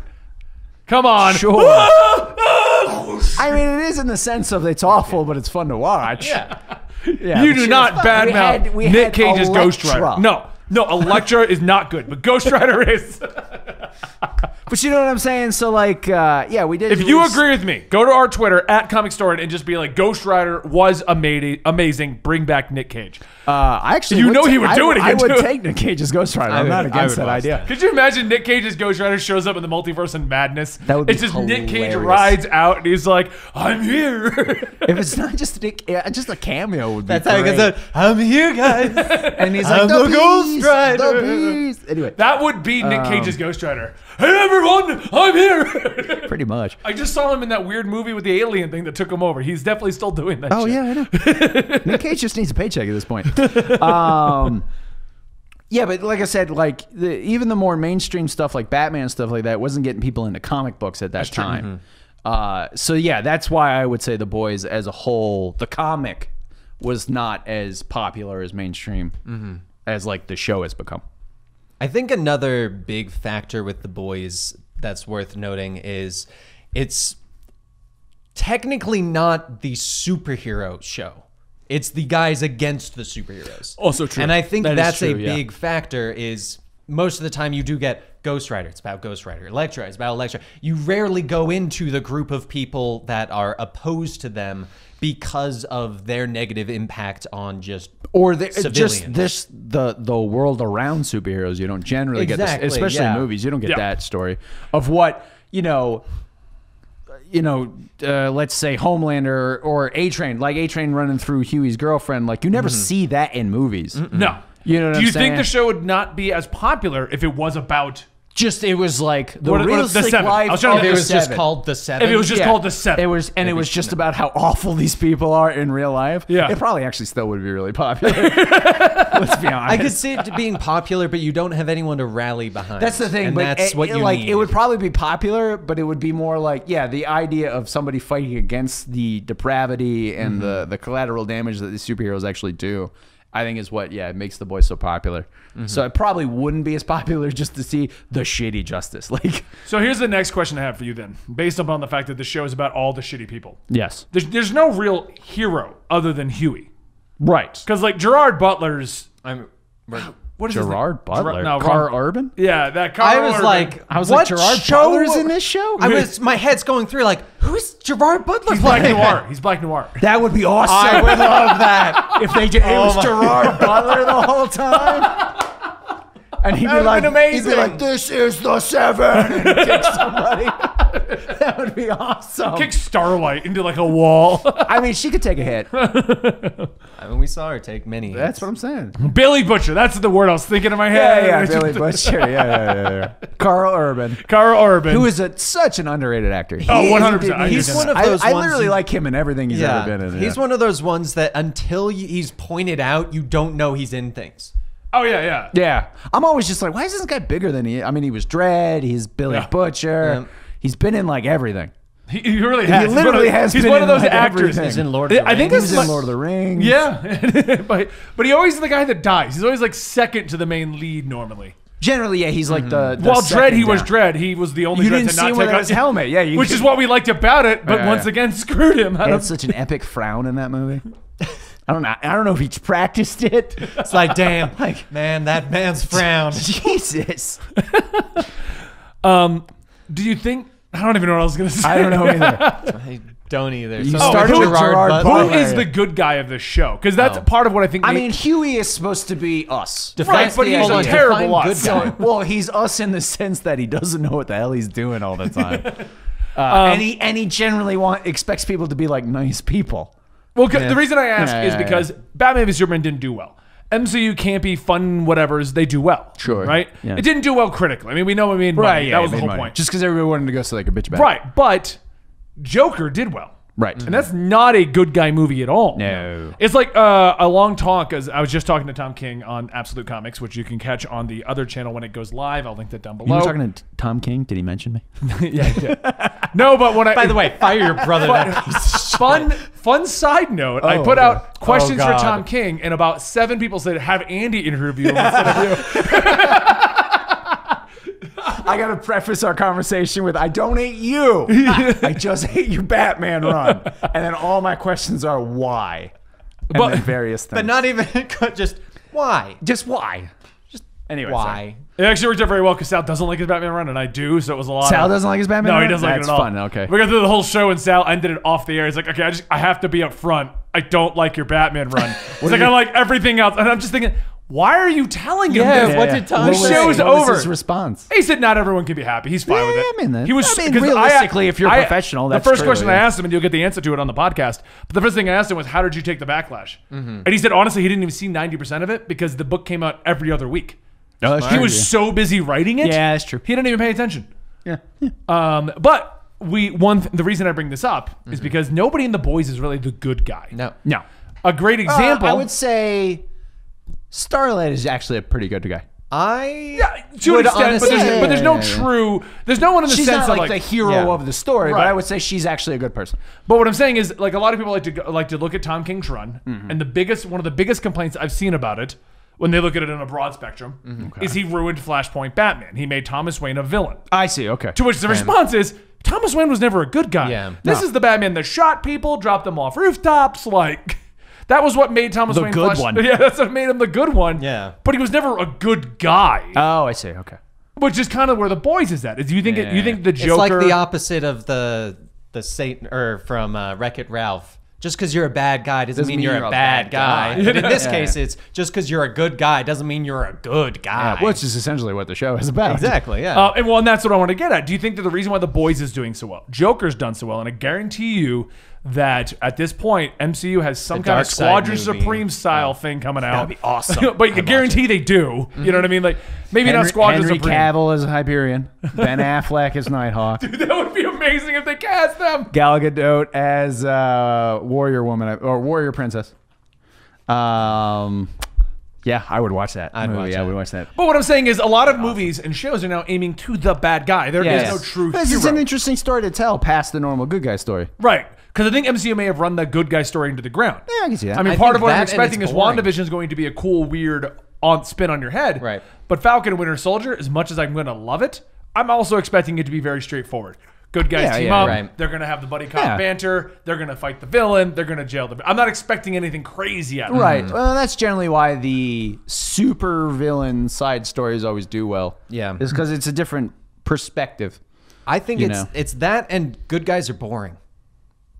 [SPEAKER 1] Come on.
[SPEAKER 3] Sure.
[SPEAKER 1] *laughs* Ah! Ah!
[SPEAKER 3] I mean, it is in the sense of it's awful, but it's fun to watch.
[SPEAKER 4] Yeah.
[SPEAKER 3] Yeah,
[SPEAKER 1] you
[SPEAKER 3] but
[SPEAKER 1] do
[SPEAKER 3] she
[SPEAKER 1] not
[SPEAKER 3] was fun. We had-
[SPEAKER 1] badmouth
[SPEAKER 3] we
[SPEAKER 1] Nick
[SPEAKER 3] had
[SPEAKER 1] Cage's Ghost Rider.
[SPEAKER 3] Elektra.
[SPEAKER 1] No, no, Elektra is not good, but Ghost Rider *laughs* is.
[SPEAKER 3] But you know what I'm saying? So, like, uh, yeah, we did.
[SPEAKER 1] If you
[SPEAKER 3] release-
[SPEAKER 1] agree with me, go to our Twitter at Comic Store and just be like, Ghost Rider was ama- amazing. Bring back Nick Cage.
[SPEAKER 3] Uh, I actually,
[SPEAKER 1] You know he would
[SPEAKER 3] I
[SPEAKER 1] do it
[SPEAKER 3] I
[SPEAKER 1] again,
[SPEAKER 3] would
[SPEAKER 1] too.
[SPEAKER 3] take Nick Cage's Ghost Rider. I'm
[SPEAKER 4] would-
[SPEAKER 3] not
[SPEAKER 4] I
[SPEAKER 3] against
[SPEAKER 4] would
[SPEAKER 3] that
[SPEAKER 4] watch
[SPEAKER 3] idea.
[SPEAKER 4] that.
[SPEAKER 1] Could you imagine Nick Cage's Ghost Rider shows up in the multiverse and madness?
[SPEAKER 3] That would be
[SPEAKER 1] It's just Nick Cage
[SPEAKER 3] hilarious.
[SPEAKER 1] rides out and he's like, I'm here.
[SPEAKER 3] *laughs* If it's not just Nick, yeah, just a cameo would be.
[SPEAKER 4] That's how he
[SPEAKER 3] great.
[SPEAKER 4] gets out. I'm here, guys.
[SPEAKER 3] And *laughs* he's
[SPEAKER 4] I'm
[SPEAKER 3] like, the,
[SPEAKER 4] the Ghost
[SPEAKER 3] beast,
[SPEAKER 4] Rider."
[SPEAKER 3] the beast. Anyway,
[SPEAKER 1] *laughs* that would be
[SPEAKER 3] Um.
[SPEAKER 1] Nick Cage's Ghost Rider. Hey, everyone, I'm here. *laughs*
[SPEAKER 3] pretty much.
[SPEAKER 1] I just saw him in that weird movie with the alien thing that took him over. He's definitely still doing that
[SPEAKER 3] Oh
[SPEAKER 1] shit.
[SPEAKER 3] *laughs* yeah, I know. Nick Cage just needs a paycheck at this point. Um, Yeah, but like I said, like the, even the more mainstream stuff, like Batman stuff, like that, wasn't getting people into comic books at that time. Uh, so yeah, that's why I would say the boys as a whole, the comic, was not as popular as mainstream as like the show has become.
[SPEAKER 4] I think another big factor with the boys that's worth noting is it's technically not the superhero show. It's the guys against the superheroes.
[SPEAKER 1] Also true.
[SPEAKER 4] And I think
[SPEAKER 1] That is
[SPEAKER 4] that's a
[SPEAKER 1] true, yeah.
[SPEAKER 4] big factor is most of the time you do get Ghost Rider. It's about Ghost Rider. Electra. It's about Electra. You rarely go into the group of people that are opposed to them because of their negative impact on just
[SPEAKER 3] Or the, it's just
[SPEAKER 4] Civilians.
[SPEAKER 3] this the the world around superheroes. You don't generally get
[SPEAKER 4] Exactly,
[SPEAKER 3] this, especially
[SPEAKER 4] yeah.
[SPEAKER 3] in movies. You don't get
[SPEAKER 1] Yeah.
[SPEAKER 3] that story of what you know. You know, uh, let's say Homelander or A Train, like A Train running through Huey's girlfriend. Like you never
[SPEAKER 4] Mm-hmm.
[SPEAKER 3] see that in movies.
[SPEAKER 1] No.
[SPEAKER 3] You know what
[SPEAKER 1] Do
[SPEAKER 3] I'm
[SPEAKER 1] you
[SPEAKER 3] saying?
[SPEAKER 1] think the show would not be as popular if it was about
[SPEAKER 3] just it was like the
[SPEAKER 1] What- what-
[SPEAKER 3] real
[SPEAKER 1] the
[SPEAKER 3] sick
[SPEAKER 1] seven.
[SPEAKER 3] life
[SPEAKER 1] I was trying to
[SPEAKER 3] of
[SPEAKER 1] think
[SPEAKER 4] it
[SPEAKER 3] the
[SPEAKER 4] was just
[SPEAKER 3] seven.
[SPEAKER 4] called the Seven.
[SPEAKER 1] if it was just
[SPEAKER 3] Yeah.
[SPEAKER 1] called the seven?
[SPEAKER 3] It was, and it
[SPEAKER 4] *laughs*
[SPEAKER 3] was just about how awful these people are in real life.
[SPEAKER 1] Yeah.
[SPEAKER 3] it probably actually still would be
[SPEAKER 1] *laughs*
[SPEAKER 3] really popular. Let's be honest.
[SPEAKER 4] I could see it being popular, but you don't have anyone to rally behind.
[SPEAKER 3] That's the thing,
[SPEAKER 4] and
[SPEAKER 3] but
[SPEAKER 4] that's
[SPEAKER 3] it,
[SPEAKER 4] what
[SPEAKER 3] it,
[SPEAKER 4] you
[SPEAKER 3] like
[SPEAKER 4] need.
[SPEAKER 3] it would probably be popular, but it would be more like yeah, the idea of somebody fighting against the depravity and the
[SPEAKER 4] Mm-hmm.
[SPEAKER 3] the collateral damage that these superheroes actually do. I think is what yeah it makes the boys so popular.
[SPEAKER 4] Mm-hmm.
[SPEAKER 3] So it probably wouldn't be as popular *laughs* just to see the shitty justice. *laughs* Like
[SPEAKER 1] so here's the next question I have for you then, based upon the fact that the show is about all the shitty people.
[SPEAKER 3] yes,
[SPEAKER 1] There's, there's no real hero other than Huey.
[SPEAKER 3] right.
[SPEAKER 1] Because, like, Gerard Butler's.
[SPEAKER 4] I'm, we're-
[SPEAKER 1] What is his name?
[SPEAKER 3] Gerard Butler,
[SPEAKER 1] Gerard- no,
[SPEAKER 3] Carr
[SPEAKER 1] wrong-
[SPEAKER 3] Urban.
[SPEAKER 1] Yeah, that Carl
[SPEAKER 4] I was
[SPEAKER 1] Urban.
[SPEAKER 4] like,
[SPEAKER 3] I was
[SPEAKER 4] what
[SPEAKER 3] like Gerard
[SPEAKER 4] show?
[SPEAKER 3] Butler's in this show.
[SPEAKER 4] I was. My head's going through like, who's Gerard Butler?
[SPEAKER 1] He's *laughs*
[SPEAKER 3] *laughs*
[SPEAKER 1] Black Noir. He's Black Noir.
[SPEAKER 3] that would Oh be awesome.
[SPEAKER 4] I would love that.
[SPEAKER 3] if they did, it was Gerard Butler the whole time. And he'd be,
[SPEAKER 4] would've
[SPEAKER 3] like,
[SPEAKER 4] been
[SPEAKER 3] he'd be like,
[SPEAKER 4] amazing.
[SPEAKER 3] this is the seven. And *laughs* kick somebody. that would be awesome.
[SPEAKER 1] Kick Starlight into, like, a wall. *laughs*
[SPEAKER 3] I mean, she could take a hit.
[SPEAKER 4] I mean, we saw her take many.
[SPEAKER 3] That's what I'm saying.
[SPEAKER 1] Billy Butcher. That's the word I was thinking in my
[SPEAKER 3] Yeah,
[SPEAKER 1] head.
[SPEAKER 3] yeah, Billy Butcher. Yeah, yeah, yeah, yeah. Carl Urban,
[SPEAKER 1] Carl Urban.
[SPEAKER 3] who is a, such an underrated actor.
[SPEAKER 1] Oh,
[SPEAKER 3] He is
[SPEAKER 1] 100%.
[SPEAKER 3] a-
[SPEAKER 1] I
[SPEAKER 4] He's
[SPEAKER 1] understand
[SPEAKER 4] one
[SPEAKER 1] that.
[SPEAKER 4] of
[SPEAKER 3] I,
[SPEAKER 4] those
[SPEAKER 3] I
[SPEAKER 4] ones
[SPEAKER 3] literally
[SPEAKER 4] who-
[SPEAKER 3] like him in everything he's
[SPEAKER 4] Yeah,
[SPEAKER 3] ever been in.
[SPEAKER 4] he's
[SPEAKER 3] yeah.
[SPEAKER 4] one of those ones that until you, he's pointed out, you don't know he's in things.
[SPEAKER 1] Oh yeah, yeah.
[SPEAKER 3] Yeah, I'm always just like, why is this guy bigger than he? is? I mean, he was Dread. He's Billy
[SPEAKER 1] Yeah.
[SPEAKER 3] Butcher.
[SPEAKER 4] Yeah.
[SPEAKER 3] He's been in like everything.
[SPEAKER 1] He, he really has. He's
[SPEAKER 3] literally
[SPEAKER 1] one of,
[SPEAKER 3] has
[SPEAKER 1] He's
[SPEAKER 3] been
[SPEAKER 1] one
[SPEAKER 3] in,
[SPEAKER 1] of those
[SPEAKER 3] like,
[SPEAKER 1] actors.
[SPEAKER 3] everything. He's
[SPEAKER 4] in Lord of the
[SPEAKER 1] I think
[SPEAKER 4] Rings. He
[SPEAKER 1] this
[SPEAKER 3] He
[SPEAKER 1] is
[SPEAKER 3] was in
[SPEAKER 1] my-
[SPEAKER 3] Lord of the Rings.
[SPEAKER 1] Yeah, *laughs* but but he always is the guy that dies. He's always like second to the main lead normally.
[SPEAKER 3] Generally, yeah, he's like the, the
[SPEAKER 1] While Dread,
[SPEAKER 3] second
[SPEAKER 1] he was
[SPEAKER 3] down.
[SPEAKER 1] Dread. He was the only
[SPEAKER 3] You
[SPEAKER 1] Dread
[SPEAKER 3] didn't
[SPEAKER 1] to
[SPEAKER 3] see
[SPEAKER 1] not
[SPEAKER 3] him
[SPEAKER 1] take
[SPEAKER 3] without
[SPEAKER 1] on
[SPEAKER 3] his helmet. Yeah,
[SPEAKER 1] *laughs*
[SPEAKER 3] you
[SPEAKER 1] which is
[SPEAKER 3] didn't-
[SPEAKER 1] what we liked about it. But
[SPEAKER 3] Yeah,
[SPEAKER 1] once
[SPEAKER 3] yeah.
[SPEAKER 1] again, *laughs* screwed him. Out
[SPEAKER 3] He
[SPEAKER 1] of,
[SPEAKER 3] had such an epic frown in that movie. I don't know. I don't know if he practiced it.
[SPEAKER 4] It's like, damn, like man, that man's
[SPEAKER 3] *laughs*
[SPEAKER 4] frown.
[SPEAKER 3] Jesus,
[SPEAKER 1] um, do you think? I don't even know what I was gonna say. *laughs*
[SPEAKER 3] I don't know either.
[SPEAKER 4] I don't either.
[SPEAKER 3] You
[SPEAKER 4] So-
[SPEAKER 3] started
[SPEAKER 1] who-
[SPEAKER 3] with Gerard
[SPEAKER 4] Butler.
[SPEAKER 1] Who
[SPEAKER 3] Butler.
[SPEAKER 1] is the good guy of this show? Because that's part of what I think.
[SPEAKER 3] Oh. I
[SPEAKER 1] ma-
[SPEAKER 3] mean, Huey is supposed to be us.
[SPEAKER 1] right, but
[SPEAKER 4] the
[SPEAKER 1] he's a
[SPEAKER 4] idea.
[SPEAKER 1] terrible
[SPEAKER 4] Define
[SPEAKER 1] us.
[SPEAKER 4] good guy.
[SPEAKER 3] So- well, he's us in the sense that he doesn't know what the hell he's doing all the *laughs* time, uh, and he and he generally want expects people to be like nice people.
[SPEAKER 1] Well, 'cause the reason I ask
[SPEAKER 3] Yeah,
[SPEAKER 1] is
[SPEAKER 3] yeah,
[SPEAKER 1] because Batman v Superman didn't do well. MCU campy fun whatever's they do well.
[SPEAKER 3] Sure.
[SPEAKER 1] Right?
[SPEAKER 3] Yeah.
[SPEAKER 1] It didn't do well critically. I mean, we know it made money. that was the whole point.
[SPEAKER 3] Just because everybody wanted to go so they could bitch about it.
[SPEAKER 1] right, but Joker did well.
[SPEAKER 3] Right.
[SPEAKER 1] And that's not a good guy movie at all.
[SPEAKER 3] No.
[SPEAKER 1] It's like uh, a long talk. As I was just talking to Tom King on Absolute Comics, which you can catch on the other channel when it goes live. I'll link that down below.
[SPEAKER 3] You were talking to Tom King. Did he mention me?
[SPEAKER 1] yeah, I did. no, but when I
[SPEAKER 4] By
[SPEAKER 1] *laughs*
[SPEAKER 4] the way, fire your
[SPEAKER 3] *laughs*
[SPEAKER 4] brother. that piece of shit.
[SPEAKER 1] fun fun side note i
[SPEAKER 3] Oh,
[SPEAKER 1] put
[SPEAKER 3] okay.
[SPEAKER 1] out questions
[SPEAKER 3] Oh,
[SPEAKER 1] for
[SPEAKER 3] God.
[SPEAKER 1] tom king and about seven people said have andy interview him instead
[SPEAKER 3] *laughs*
[SPEAKER 1] of you
[SPEAKER 3] *laughs* I gotta preface our conversation with I don't hate *laughs* you. I just hate your Batman run. And then all my questions are why. And
[SPEAKER 1] But-
[SPEAKER 3] then various things.
[SPEAKER 4] but not even *laughs* just why.
[SPEAKER 3] just why. Just anyway. sorry.
[SPEAKER 4] Why?
[SPEAKER 1] it actually worked out very well because sal doesn't like his batman run and i do so it was a lot
[SPEAKER 3] Sal
[SPEAKER 1] of-
[SPEAKER 3] doesn't like his Batman
[SPEAKER 1] no he
[SPEAKER 3] run?
[SPEAKER 1] doesn't like
[SPEAKER 3] That's
[SPEAKER 1] it at all
[SPEAKER 3] fun, okay.
[SPEAKER 1] we got through the whole show and sal ended it off the air he's like okay i just i have to be up front i don't like your batman run
[SPEAKER 3] *laughs*
[SPEAKER 1] he's like i like everything else and i'm just thinking why are you telling him this?
[SPEAKER 3] Yeah,
[SPEAKER 4] what
[SPEAKER 3] yeah.
[SPEAKER 4] did Tom
[SPEAKER 3] What
[SPEAKER 1] the
[SPEAKER 4] was-
[SPEAKER 1] show's
[SPEAKER 3] what was
[SPEAKER 1] over
[SPEAKER 3] his response?
[SPEAKER 1] He said not everyone can be happy. He's fine with
[SPEAKER 3] Yeah,
[SPEAKER 1] it.
[SPEAKER 3] I mean, that-
[SPEAKER 1] he was
[SPEAKER 3] I mean,
[SPEAKER 1] 'cause
[SPEAKER 3] realistically, if you're a professional, that's
[SPEAKER 1] the first
[SPEAKER 3] true,
[SPEAKER 1] question I
[SPEAKER 3] yeah.
[SPEAKER 1] asked him, and you'll get the answer to it on the podcast. But the first thing I asked him was, "How did you take the backlash?"
[SPEAKER 3] Mm-hmm.
[SPEAKER 1] And he said, honestly, he didn't even see ninety percent of it because the book came out every other week.
[SPEAKER 3] No, Oh, that's
[SPEAKER 1] He was so busy writing it.
[SPEAKER 3] Yeah, that's true.
[SPEAKER 1] He didn't even pay attention.
[SPEAKER 3] Yeah.
[SPEAKER 1] Um, but we one th- the reason I bring this up is
[SPEAKER 3] Mm-hmm.
[SPEAKER 1] because nobody in the boys is really the good guy.
[SPEAKER 4] No.
[SPEAKER 1] no. A great
[SPEAKER 3] Uh,
[SPEAKER 1] example.
[SPEAKER 3] I would Uh, say Starlight is actually a pretty good guy.
[SPEAKER 4] I
[SPEAKER 1] Yeah, to an extent,
[SPEAKER 4] would
[SPEAKER 1] but
[SPEAKER 4] honestly-
[SPEAKER 1] there's, but there's no
[SPEAKER 3] yeah, yeah.
[SPEAKER 1] true. There's no one in the
[SPEAKER 3] She's
[SPEAKER 1] sense
[SPEAKER 3] not
[SPEAKER 1] of
[SPEAKER 3] like, the hero
[SPEAKER 4] yeah.
[SPEAKER 3] of the story,
[SPEAKER 1] Right.
[SPEAKER 3] but I would say she's actually a good person.
[SPEAKER 1] But what I'm saying is, like a lot of people like to go, like to look at Tom King's run,
[SPEAKER 3] Mm-hmm.
[SPEAKER 1] and the biggest one of the biggest complaints I've seen about it, when they look at it in a broad spectrum,
[SPEAKER 3] Mm-hmm.
[SPEAKER 1] is he ruined Flashpoint Batman. He made Thomas Wayne a villain.
[SPEAKER 3] I see. Okay.
[SPEAKER 1] To which the response is, Thomas Wayne was never a good guy.
[SPEAKER 4] Yeah.
[SPEAKER 1] This is the Batman that shot people, dropped them off rooftops, like. *laughs* That was what made Thomas
[SPEAKER 3] The
[SPEAKER 1] Wayne
[SPEAKER 3] good
[SPEAKER 1] Flash-
[SPEAKER 3] one.
[SPEAKER 1] *laughs* Yeah, that's what made him the good one.
[SPEAKER 4] Yeah.
[SPEAKER 1] but he was never a good guy,
[SPEAKER 3] oh, I see. Okay.
[SPEAKER 1] which is kind of where the boys is at. Is you think it, you think the Joker?
[SPEAKER 4] It's like the opposite of the the Satan or from uh, Wreck It Ralph. Just because you're a bad guy doesn't, mean, you're, a bad, guy. But in *laughs* this case, it's just because you're a good guy doesn't mean you're a good guy.
[SPEAKER 3] Which is essentially what the show is about.
[SPEAKER 4] exactly? Yeah.
[SPEAKER 1] Uh, and well, and that's what I want to get at. Do you think that the reason why the boys is doing so well, Joker's done so well, and I guarantee you that at this point, MCU has some
[SPEAKER 4] The
[SPEAKER 1] kind of
[SPEAKER 4] Dark Side
[SPEAKER 1] Squadron
[SPEAKER 4] movie.
[SPEAKER 1] Supreme style thing coming out.
[SPEAKER 3] be
[SPEAKER 1] *laughs*
[SPEAKER 3] awesome.
[SPEAKER 1] but you guarantee they do. You know what I mean? Like maybe not Squadron
[SPEAKER 3] Henry
[SPEAKER 1] Supreme.
[SPEAKER 3] *laughs* Cavill is Hyperion. Ben Affleck is Nighthawk.
[SPEAKER 1] *laughs* That would be amazing if they cast them.
[SPEAKER 3] Gal Gadot as uh, Warrior Woman I- or Warrior Princess. Um, yeah, I would watch that.
[SPEAKER 4] I'd
[SPEAKER 3] movie.
[SPEAKER 4] watch
[SPEAKER 3] yeah, I
[SPEAKER 4] that.
[SPEAKER 3] would watch that.
[SPEAKER 1] But what I'm saying is, a lot of movies and shows are now aiming to the bad guy. There is
[SPEAKER 3] Yes.
[SPEAKER 1] no true
[SPEAKER 3] This is
[SPEAKER 1] hero.
[SPEAKER 3] an interesting story to tell past the normal good guy story.
[SPEAKER 1] Right. Because I think MCU may have run the good guy story into the ground.
[SPEAKER 3] Yeah, I can see that.
[SPEAKER 1] I mean,
[SPEAKER 4] I
[SPEAKER 1] part
[SPEAKER 4] think
[SPEAKER 1] of what I'm
[SPEAKER 4] that and
[SPEAKER 1] expecting is
[SPEAKER 4] it's boring.
[SPEAKER 1] WandaVision is going to be a cool, weird on spin on your head.
[SPEAKER 4] Right.
[SPEAKER 1] But Falcon and Winter Soldier, as much as I'm going to love it, I'm also expecting it to be very straightforward. Good guys
[SPEAKER 3] Yeah,
[SPEAKER 1] team
[SPEAKER 3] yeah,
[SPEAKER 1] up.
[SPEAKER 4] right.
[SPEAKER 1] They're going to have the buddy cop
[SPEAKER 3] Yeah.
[SPEAKER 1] banter. They're going to fight the villain. They're going to jail the. I'm not expecting anything crazy out of it.
[SPEAKER 3] Right. Well, that's generally why the super villain side stories always do well.
[SPEAKER 4] Yeah.
[SPEAKER 3] Is because it's a different perspective.
[SPEAKER 4] I think
[SPEAKER 3] You
[SPEAKER 4] it's
[SPEAKER 3] know.
[SPEAKER 4] it's that and good guys are boring.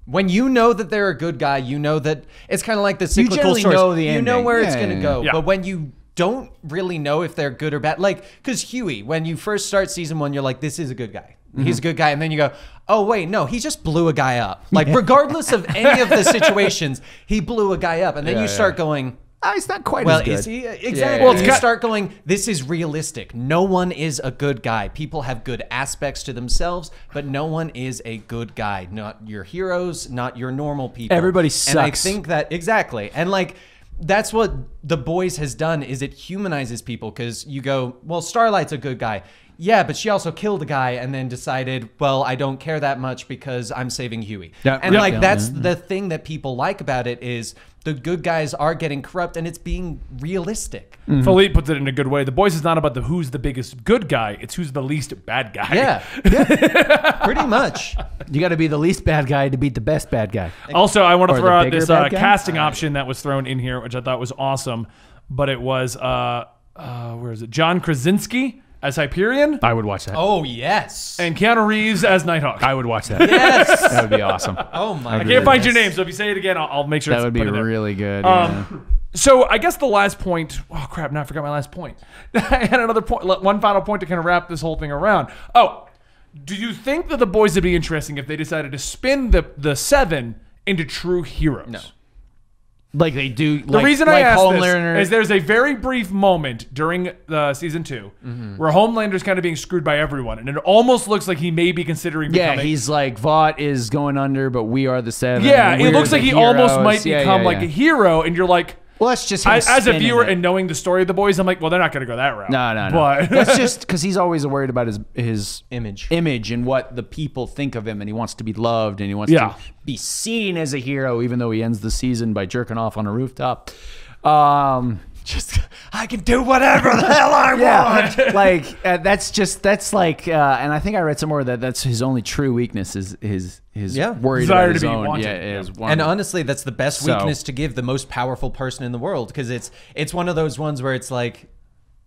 [SPEAKER 4] When you know that they're a good guy, you know that it's kind of like the cyclical
[SPEAKER 3] generally
[SPEAKER 4] stories.
[SPEAKER 3] know the
[SPEAKER 4] you know
[SPEAKER 3] ending.
[SPEAKER 4] where
[SPEAKER 3] Yeah,
[SPEAKER 4] it's going to
[SPEAKER 3] yeah,
[SPEAKER 4] go.
[SPEAKER 1] yeah.
[SPEAKER 4] But when you don't really know if they're good or bad, like because Huey, when you first start season one, you're like, this is a good guy.
[SPEAKER 3] Mm-hmm.
[SPEAKER 4] He's a good guy, and then you go, oh wait, no, he just blew a
[SPEAKER 3] *laughs*
[SPEAKER 4] guy up. Like regardless of any of the situations, he blew a guy up, and then you start going.
[SPEAKER 3] Ah, it's not quite
[SPEAKER 4] Well,
[SPEAKER 3] as good.
[SPEAKER 4] is he uh, exactly?
[SPEAKER 3] yeah,
[SPEAKER 1] yeah.
[SPEAKER 4] you
[SPEAKER 1] Well, it's
[SPEAKER 4] start going. This is realistic. No one is a good guy. People have good aspects to themselves, but no one is a good guy. Not your heroes. Not your normal people.
[SPEAKER 3] Everybody
[SPEAKER 4] And I
[SPEAKER 3] sucks.
[SPEAKER 4] think that exactly. And like. That's what The Boys has done is it humanizes people cuz you go, well Starlight's a good guy. Yeah, but she also killed a guy and then decided, well, I don't care that much because I'm saving Huey.
[SPEAKER 3] Yeah,
[SPEAKER 4] and
[SPEAKER 3] yeah.
[SPEAKER 4] like
[SPEAKER 3] Yeah.
[SPEAKER 4] that's the thing that people like about it is the good guys are getting corrupt and it's being realistic.
[SPEAKER 3] Mm-hmm.
[SPEAKER 1] Philippe puts it in a good way. The boys is not about the who's the biggest good guy. It's who's the least bad guy.
[SPEAKER 4] *laughs* Yeah. Pretty much.
[SPEAKER 3] You got to be the least bad guy to beat the best bad guy.
[SPEAKER 1] *laughs* Also, I want to
[SPEAKER 3] Or
[SPEAKER 1] throw
[SPEAKER 3] the
[SPEAKER 1] out
[SPEAKER 3] bigger
[SPEAKER 1] this uh,
[SPEAKER 3] bad guy?
[SPEAKER 1] casting option that was thrown in here, which I thought was awesome. But it was, uh, uh, where is it? John Krasinski as Hyperion
[SPEAKER 3] I would watch that.
[SPEAKER 4] Oh yes.
[SPEAKER 1] and Keanu Reeves as Nighthawk. I
[SPEAKER 3] I would watch that.
[SPEAKER 4] yes.
[SPEAKER 3] that would be awesome.
[SPEAKER 4] Oh my god.
[SPEAKER 1] can't find your name, so if you say it again, I'll, I'll make sure
[SPEAKER 3] That
[SPEAKER 1] it's
[SPEAKER 3] would be
[SPEAKER 1] put in there.
[SPEAKER 3] really good. yeah.
[SPEAKER 1] So I guess the last point. Oh crap! Now I forgot my last point. *laughs* I had another point. le- One final point to kind of wrap this whole thing around. Oh, do you think that the boys would be interesting if they decided to spin the the seven into true heroes? No.
[SPEAKER 3] Like they do.
[SPEAKER 1] The reason I asked this is there's a very brief moment during the season 2
[SPEAKER 3] Mm-hmm.
[SPEAKER 1] where Homelander's kind of being screwed by everyone, and it almost looks like he may be considering
[SPEAKER 3] yeah,
[SPEAKER 1] becoming.
[SPEAKER 3] he's like Vought is going under, but we are the seven.
[SPEAKER 1] yeah,
[SPEAKER 3] and
[SPEAKER 1] it
[SPEAKER 3] we're
[SPEAKER 1] looks
[SPEAKER 3] the
[SPEAKER 1] like he almost
[SPEAKER 3] heroes.
[SPEAKER 1] might
[SPEAKER 3] Yeah, yeah,
[SPEAKER 1] become like
[SPEAKER 3] yeah.
[SPEAKER 1] a hero, and you're like,
[SPEAKER 3] Well, that's just him
[SPEAKER 1] I, as a
[SPEAKER 3] spinning
[SPEAKER 1] viewer
[SPEAKER 3] it.
[SPEAKER 1] and knowing the story of the boys, I'm like, well, they're not going to go that route.
[SPEAKER 3] No, no, no.
[SPEAKER 1] But *laughs*
[SPEAKER 3] *laughs* That's just because he's always worried about his his
[SPEAKER 4] Image.
[SPEAKER 3] image, and what the people think of him, and he wants to be loved, and he wants
[SPEAKER 1] Yeah.
[SPEAKER 3] to be seen as a hero, even though he ends the season by jerking off on a rooftop. Um,
[SPEAKER 4] Just *laughs* I can do whatever the hell I want.
[SPEAKER 1] *laughs*
[SPEAKER 3] yeah, like uh, that's just that's like, uh, and I think I read somewhere that that's his only true weakness is his his
[SPEAKER 4] Yeah.
[SPEAKER 3] worried
[SPEAKER 1] Desire
[SPEAKER 3] about
[SPEAKER 1] to
[SPEAKER 3] his
[SPEAKER 1] be
[SPEAKER 3] own.
[SPEAKER 1] wanted.
[SPEAKER 3] Yeah,
[SPEAKER 1] Yeah.
[SPEAKER 3] his
[SPEAKER 4] And
[SPEAKER 3] wanted.
[SPEAKER 4] honestly, that's the best
[SPEAKER 3] So-
[SPEAKER 4] weakness to give the most powerful person in the world because it's it's one of those ones where it's like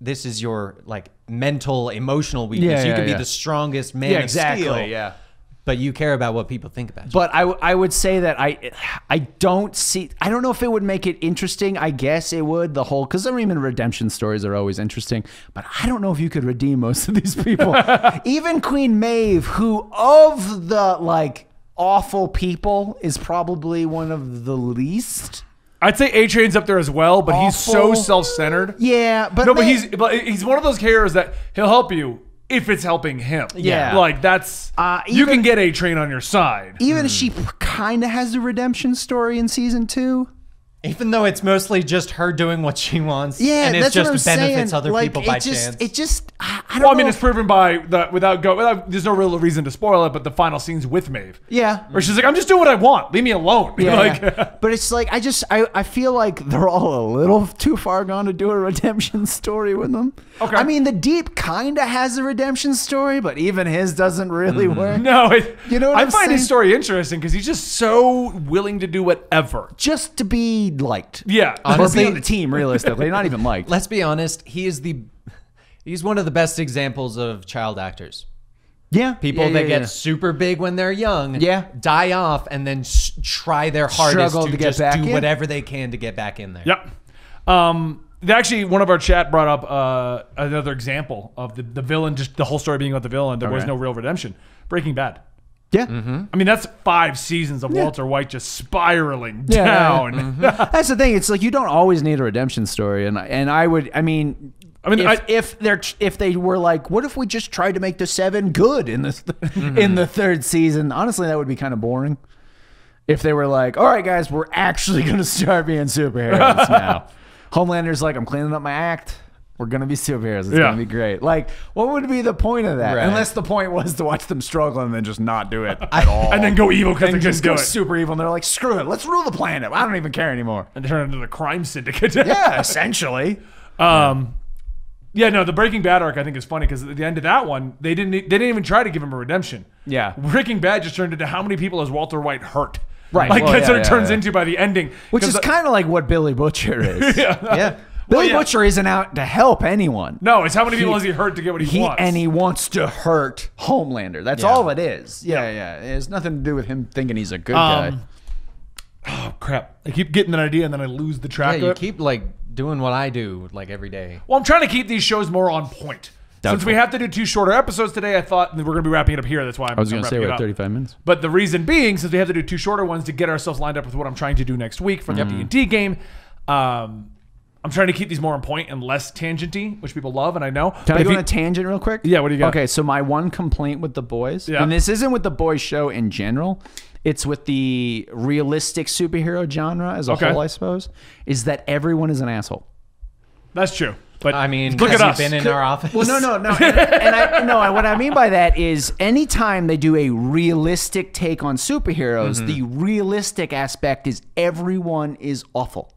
[SPEAKER 4] this is your like mental emotional weakness.
[SPEAKER 3] Yeah,
[SPEAKER 4] you
[SPEAKER 3] yeah,
[SPEAKER 4] can
[SPEAKER 3] yeah.
[SPEAKER 4] be the strongest man
[SPEAKER 3] yeah,
[SPEAKER 4] of
[SPEAKER 3] exactly.
[SPEAKER 4] steel,
[SPEAKER 3] Yeah.
[SPEAKER 4] but you care about what people think about you.
[SPEAKER 3] But I, I would say that I I don't see I don't know if it would make it interesting. I guess it would the whole because I mean redemption stories are always interesting, but I don't know if you could redeem most of these
[SPEAKER 1] *laughs*
[SPEAKER 3] people. Even Queen Maeve, who of the like awful people is probably one of the least.
[SPEAKER 1] I'd say A Train's up there as well, but he's so
[SPEAKER 3] Awful.
[SPEAKER 1] self centered.
[SPEAKER 3] Yeah, but
[SPEAKER 1] No, but
[SPEAKER 3] they-
[SPEAKER 1] he's but he's one of those heroes that he'll help you if it's helping him.
[SPEAKER 3] Yeah.
[SPEAKER 1] Like that's
[SPEAKER 3] Uh,
[SPEAKER 1] you
[SPEAKER 3] even-
[SPEAKER 1] can get A Train on your side.
[SPEAKER 4] Hmm.
[SPEAKER 3] even if she kind of has a redemption story in season two.
[SPEAKER 4] Even though it's mostly just her doing what she wants, and it's just benefits other people by
[SPEAKER 3] it just,
[SPEAKER 4] chance.
[SPEAKER 3] It just, I, I don't
[SPEAKER 1] Well, I
[SPEAKER 3] know
[SPEAKER 1] mean,
[SPEAKER 3] if-
[SPEAKER 1] it's proven by the without go. Without, there's no real reason to spoil it, but the final scenes with Maeve,
[SPEAKER 3] *laughs*
[SPEAKER 4] *laughs*
[SPEAKER 3] yeah.
[SPEAKER 1] where she's like, "I'm just doing what I want. Leave me alone." *laughs*
[SPEAKER 3] Yeah,
[SPEAKER 1] like,
[SPEAKER 3] yeah. but it's like I just I, I feel like they're all a little *laughs* too far gone to do a redemption *laughs* story with them.
[SPEAKER 1] Okay.
[SPEAKER 3] I mean, the deep kind of has a redemption story, but even his doesn't really
[SPEAKER 4] Mm-hmm.
[SPEAKER 3] work.
[SPEAKER 1] no, it,
[SPEAKER 3] You know what
[SPEAKER 1] I
[SPEAKER 3] I'm
[SPEAKER 1] find his
[SPEAKER 3] saying?
[SPEAKER 1] story interesting because he's just so willing to do whatever.
[SPEAKER 3] Just to be liked.
[SPEAKER 1] Yeah,
[SPEAKER 3] Honestly, or
[SPEAKER 4] Honestly-
[SPEAKER 3] be on the team realistically, not even
[SPEAKER 4] *laughs*
[SPEAKER 3] liked.
[SPEAKER 4] Let's be honest, he is the he's one of the best examples of child actors.
[SPEAKER 3] yeah,
[SPEAKER 4] People
[SPEAKER 3] yeah,
[SPEAKER 4] that
[SPEAKER 3] yeah,
[SPEAKER 4] get
[SPEAKER 3] yeah.
[SPEAKER 4] super big when they're young,
[SPEAKER 3] Yeah.
[SPEAKER 4] die off and then s- try their hardest
[SPEAKER 3] Struggle
[SPEAKER 4] to,
[SPEAKER 3] to get
[SPEAKER 4] just
[SPEAKER 3] back
[SPEAKER 4] do
[SPEAKER 3] in.
[SPEAKER 4] whatever they can to get back in there.
[SPEAKER 1] Yep. Um, they actually, one of our chat brought up uh, another example of the, the villain, just the whole story being about the villain. There was
[SPEAKER 3] Okay.
[SPEAKER 1] no real redemption. Breaking Bad.
[SPEAKER 3] yeah.
[SPEAKER 4] Mm-hmm.
[SPEAKER 1] I mean, that's five seasons of Walter White just spiraling
[SPEAKER 3] Yeah, Mm-hmm. yeah, yeah.
[SPEAKER 1] down.
[SPEAKER 3] That's the thing. It's like you don't always need a redemption story, and I- and I would. I mean,
[SPEAKER 1] I mean,
[SPEAKER 3] if,
[SPEAKER 1] I-
[SPEAKER 3] if they're tr- if they were like, what if we just tried to make the *laughs* seven good in this in
[SPEAKER 1] Mm-hmm.
[SPEAKER 3] the third season? Honestly, that would be kind of boring. If they were like, all right, guys, we're actually *laughs* going to start
[SPEAKER 1] *laughs*
[SPEAKER 3] being superheroes now. Homelander's like, I'm cleaning up my act. We're going to be superheroes. It's
[SPEAKER 1] Yeah.
[SPEAKER 3] going to be great. Like, what would be the point of that?
[SPEAKER 4] Right.
[SPEAKER 3] Unless the point was to watch them struggle and then just not do
[SPEAKER 1] *laughs*
[SPEAKER 3] it at all.
[SPEAKER 1] And then go evil because they
[SPEAKER 3] and
[SPEAKER 1] couldn't
[SPEAKER 3] just
[SPEAKER 1] do
[SPEAKER 3] go
[SPEAKER 1] it.
[SPEAKER 3] super evil. And they're like, screw it. Let's rule the planet. I don't even care anymore.
[SPEAKER 1] and turn into the crime syndicate.
[SPEAKER 3] Yeah, essentially.
[SPEAKER 1] *laughs* Um, yeah, no, the Breaking Bad arc I think is funny because at the end of that one, they didn't e, they didn't even try to give him a redemption.
[SPEAKER 3] Yeah.
[SPEAKER 1] Breaking Bad just turned into how many people has Walter White hurt?
[SPEAKER 3] Right.
[SPEAKER 1] Like
[SPEAKER 3] Well,
[SPEAKER 1] that's
[SPEAKER 3] yeah,
[SPEAKER 1] what it
[SPEAKER 3] yeah,
[SPEAKER 1] turns
[SPEAKER 3] yeah.
[SPEAKER 1] into by the ending.
[SPEAKER 3] Which
[SPEAKER 1] 'Cause
[SPEAKER 3] is
[SPEAKER 1] the-
[SPEAKER 3] kind of like what Billy
[SPEAKER 1] *laughs*
[SPEAKER 3] Butcher is.
[SPEAKER 4] Yeah.
[SPEAKER 3] Billy
[SPEAKER 1] yeah.
[SPEAKER 3] Butcher isn't out to help anyone.
[SPEAKER 1] no, it's how many people has he hurt to get what he,
[SPEAKER 3] He
[SPEAKER 1] wants?
[SPEAKER 3] and he wants to hurt Homelander. That's all it is. Yeah, yeah. It has nothing to do with him thinking he's a good guy.
[SPEAKER 1] Um, oh crap! I keep getting that idea and then I lose the track.
[SPEAKER 4] Yeah, you
[SPEAKER 1] of it.
[SPEAKER 4] keep like doing what I do like every day.
[SPEAKER 1] Well, I'm trying to keep these shows more on point. Since
[SPEAKER 3] Doubtful.
[SPEAKER 1] we have to do two shorter episodes today, I thought we're going to be wrapping it up here. That's why I'm, I
[SPEAKER 3] was gonna say we're at 35 minutes.
[SPEAKER 1] But the reason being, since we have to do two shorter ones to get ourselves lined up with what I'm trying to do next week for the D and D game, um, I'm trying to keep these more on point and less tangenty, which people love, and I know.
[SPEAKER 3] Can
[SPEAKER 1] But
[SPEAKER 3] I
[SPEAKER 1] if
[SPEAKER 3] go
[SPEAKER 1] you-
[SPEAKER 3] on a tangent real quick?
[SPEAKER 1] Yeah, what do you got?
[SPEAKER 3] Okay, so my one complaint with the boys,
[SPEAKER 1] Yeah.
[SPEAKER 3] and this isn't with the boys show in general, it's with the realistic superhero genre as a
[SPEAKER 1] Okay.
[SPEAKER 3] whole, I suppose, is that everyone is an asshole.
[SPEAKER 1] that's true. But
[SPEAKER 4] I mean,
[SPEAKER 1] look
[SPEAKER 4] has
[SPEAKER 1] at
[SPEAKER 4] he
[SPEAKER 1] us.
[SPEAKER 4] been in our office?
[SPEAKER 3] Well, no, no, no. And, and I no. and What I mean by that is, anytime they do a realistic take on superheroes, the realistic aspect is everyone is awful.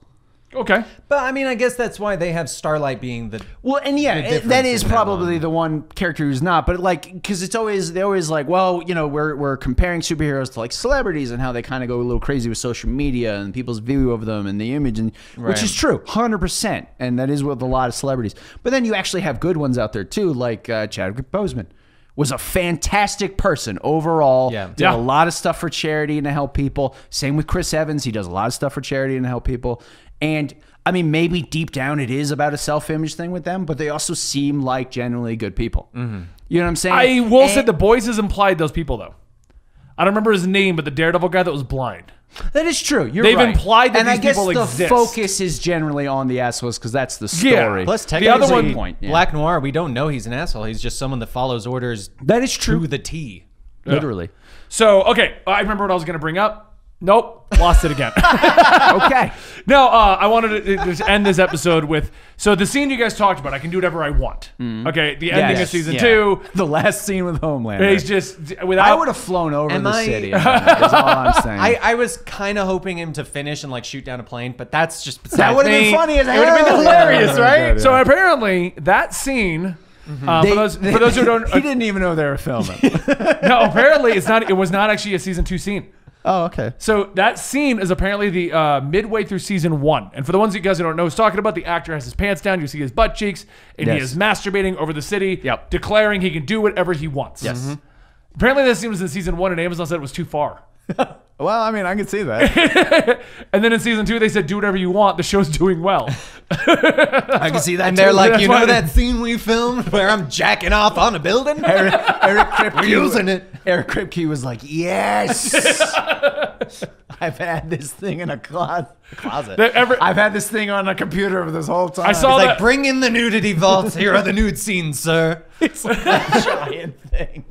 [SPEAKER 1] okay,
[SPEAKER 4] But I mean, I guess that's why they have Starlight being the
[SPEAKER 3] Well, and yeah,
[SPEAKER 4] The
[SPEAKER 3] it-
[SPEAKER 4] difference
[SPEAKER 3] that is
[SPEAKER 4] in that
[SPEAKER 3] probably the one character who's not. But like, because it's always they always like, well, you know, we're we're comparing superheroes to like celebrities and how they kind of go a little crazy with social media and people's view of them and the image, and which is true, hundred percent, and that is with a lot of celebrities. But then you actually have good ones out there too, like uh, Chadwick Boseman. Was a fantastic person overall.
[SPEAKER 4] Yeah.
[SPEAKER 3] Did
[SPEAKER 1] Yeah.
[SPEAKER 3] a lot of stuff for charity and to help people. Same with Chris Evans. He does a lot of stuff for charity and to help people. And I mean, maybe deep down it is about a self image thing with them, but they also seem like generally good people. You know what I'm saying?
[SPEAKER 1] Mm-hmm. I will
[SPEAKER 3] And-
[SPEAKER 1] say the boys has implied those people though. I don't remember his name, but the Daredevil guy that was blind.
[SPEAKER 3] that is true. You're
[SPEAKER 1] They've
[SPEAKER 3] right.
[SPEAKER 1] implied that
[SPEAKER 3] and
[SPEAKER 1] these
[SPEAKER 3] I guess
[SPEAKER 1] people
[SPEAKER 3] the
[SPEAKER 1] exist.
[SPEAKER 3] focus is generally on the assholes because that's the
[SPEAKER 1] Yeah.
[SPEAKER 3] story.
[SPEAKER 1] Plus,
[SPEAKER 4] the
[SPEAKER 1] other
[SPEAKER 4] other
[SPEAKER 1] one-
[SPEAKER 4] one,
[SPEAKER 3] point, yeah.
[SPEAKER 4] Black Noir, we don't know he's an asshole. He's just someone that follows orders
[SPEAKER 3] that is true.
[SPEAKER 4] to the T.
[SPEAKER 3] Literally.
[SPEAKER 1] So okay, I remember what I was going to bring up. Nope, lost it
[SPEAKER 3] *laughs*
[SPEAKER 1] again. *laughs*
[SPEAKER 3] *laughs* okay.
[SPEAKER 1] No, uh, I wanted to uh, just end this episode with so the scene you guys talked about. I can do whatever I want. Okay, the ending of
[SPEAKER 3] Mm-hmm. Yes,
[SPEAKER 1] season
[SPEAKER 3] yeah.
[SPEAKER 1] two.
[SPEAKER 3] The last scene with Homelander.
[SPEAKER 1] He's just without.
[SPEAKER 3] I would have flown over
[SPEAKER 4] Am
[SPEAKER 3] the
[SPEAKER 1] *laughs*
[SPEAKER 4] I-
[SPEAKER 3] city. Is all I'm saying.
[SPEAKER 4] I, I was kind of hoping him to finish and like shoot down a plane, but that's just
[SPEAKER 3] that would have been funny as
[SPEAKER 4] It would have been
[SPEAKER 3] hell.
[SPEAKER 1] *laughs*
[SPEAKER 4] hilarious,
[SPEAKER 3] Yeah.
[SPEAKER 4] right?
[SPEAKER 1] So apparently that scene. Uh, for those for those who
[SPEAKER 3] *laughs*
[SPEAKER 1] don't uh,
[SPEAKER 3] he didn't even know they
[SPEAKER 1] *laughs*
[SPEAKER 3] were filming.
[SPEAKER 1] no, apparently it's not. It was not actually a season two scene.
[SPEAKER 3] oh, okay.
[SPEAKER 1] So that scene is apparently the uh, midway through season one. And for the ones you guys who don't know, who's talking about the actor has his pants down. You see his butt cheeks, and he
[SPEAKER 3] Yes.
[SPEAKER 1] is masturbating over the city,
[SPEAKER 3] Yep.
[SPEAKER 1] declaring he can do whatever he wants. Yes. Apparently, that scene was in season one, and Amazon said it was too far.
[SPEAKER 3] Well, I mean, I can see that.
[SPEAKER 1] *laughs* And then in season two, they said, "Do whatever you want." The show's *laughs* doing
[SPEAKER 3] *laughs*
[SPEAKER 1] well.
[SPEAKER 3] I can see that.
[SPEAKER 4] And they're like,
[SPEAKER 1] That's
[SPEAKER 4] you
[SPEAKER 1] why
[SPEAKER 4] know
[SPEAKER 1] they-
[SPEAKER 4] that scene we filmed where I'm jacking off on a building?
[SPEAKER 3] Eric, Eric Kripke, we're
[SPEAKER 4] using it.
[SPEAKER 3] Eric Kripke was like,
[SPEAKER 1] *laughs*
[SPEAKER 3] yes. I've had this thing in a closet. closet.
[SPEAKER 1] That every-
[SPEAKER 3] I've had this thing on a computer for this whole time.
[SPEAKER 1] I
[SPEAKER 3] *laughs*
[SPEAKER 1] saw
[SPEAKER 4] Like,
[SPEAKER 1] that.
[SPEAKER 4] bring in
[SPEAKER 1] *laughs*
[SPEAKER 4] the nudity vaults. Here are the nude scenes, sir.
[SPEAKER 3] it's like a giant thing.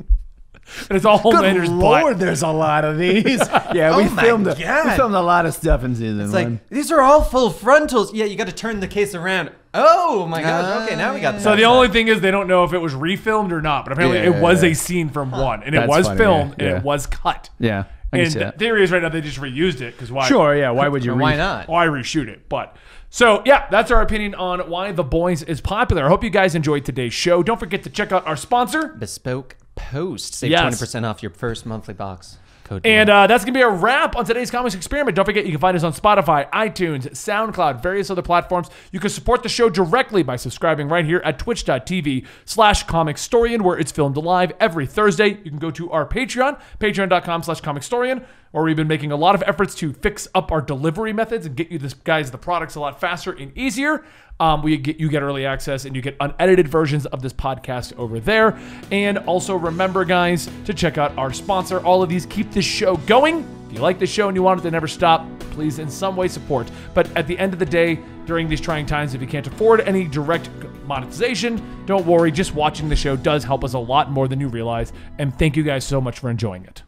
[SPEAKER 1] and it's all Homelander's butt.
[SPEAKER 3] there's a lot
[SPEAKER 1] *laughs*
[SPEAKER 3] of these. yeah, we
[SPEAKER 4] Oh my
[SPEAKER 3] filmed a, we
[SPEAKER 4] God.
[SPEAKER 3] filmed a lot of stuff in season
[SPEAKER 4] It's
[SPEAKER 3] one.
[SPEAKER 4] like these are all full frontals. Yeah, you got to turn the case around. Oh my god. Okay, now we got.
[SPEAKER 1] So the only thing is they don't know if it was refilmed or not, but apparently
[SPEAKER 3] Yeah,
[SPEAKER 1] it was
[SPEAKER 3] yeah.
[SPEAKER 1] a scene from one, and it
[SPEAKER 3] That's
[SPEAKER 1] was
[SPEAKER 3] funny,
[SPEAKER 1] filmed
[SPEAKER 3] yeah,
[SPEAKER 1] and
[SPEAKER 3] yeah.
[SPEAKER 1] it was cut.
[SPEAKER 3] yeah, I can
[SPEAKER 1] and
[SPEAKER 3] see
[SPEAKER 1] the
[SPEAKER 3] that.
[SPEAKER 1] theory is right now they just reused it because why?
[SPEAKER 3] Sure, yeah. Why would you?
[SPEAKER 4] And why
[SPEAKER 3] re-
[SPEAKER 4] not?
[SPEAKER 1] Why Oh, reshoot it? But so yeah, that's our opinion on why The Boys is popular. I hope you guys enjoyed today's show. Don't forget to check out our sponsor.
[SPEAKER 4] Bespoke post. Save
[SPEAKER 1] Yes.
[SPEAKER 4] twenty percent off your first monthly box. Code
[SPEAKER 1] And uh, that's going to be a wrap on today's comics experiment. Don't forget, you can find us on Spotify, iTunes, SoundCloud, various other platforms. You can support the show directly by subscribing right here at twitch.tv slash comicstorian, where it's filmed live every Thursday. You can go to our Patreon, patreon.com slash comicstorian, where we've been making a lot of efforts to fix up our delivery methods and get you this guys the products a lot faster and easier. Um, we get you get early access and you get unedited versions of this podcast over there. And also remember, guys, to check out our sponsor. All of these keep this show going. If you like this show and you want it to never stop, please in some way support. But at the end of the day, during these trying times, if you can't afford any direct monetization, don't worry. Just watching the show does help us a lot more than you realize. And thank you guys so much for enjoying it.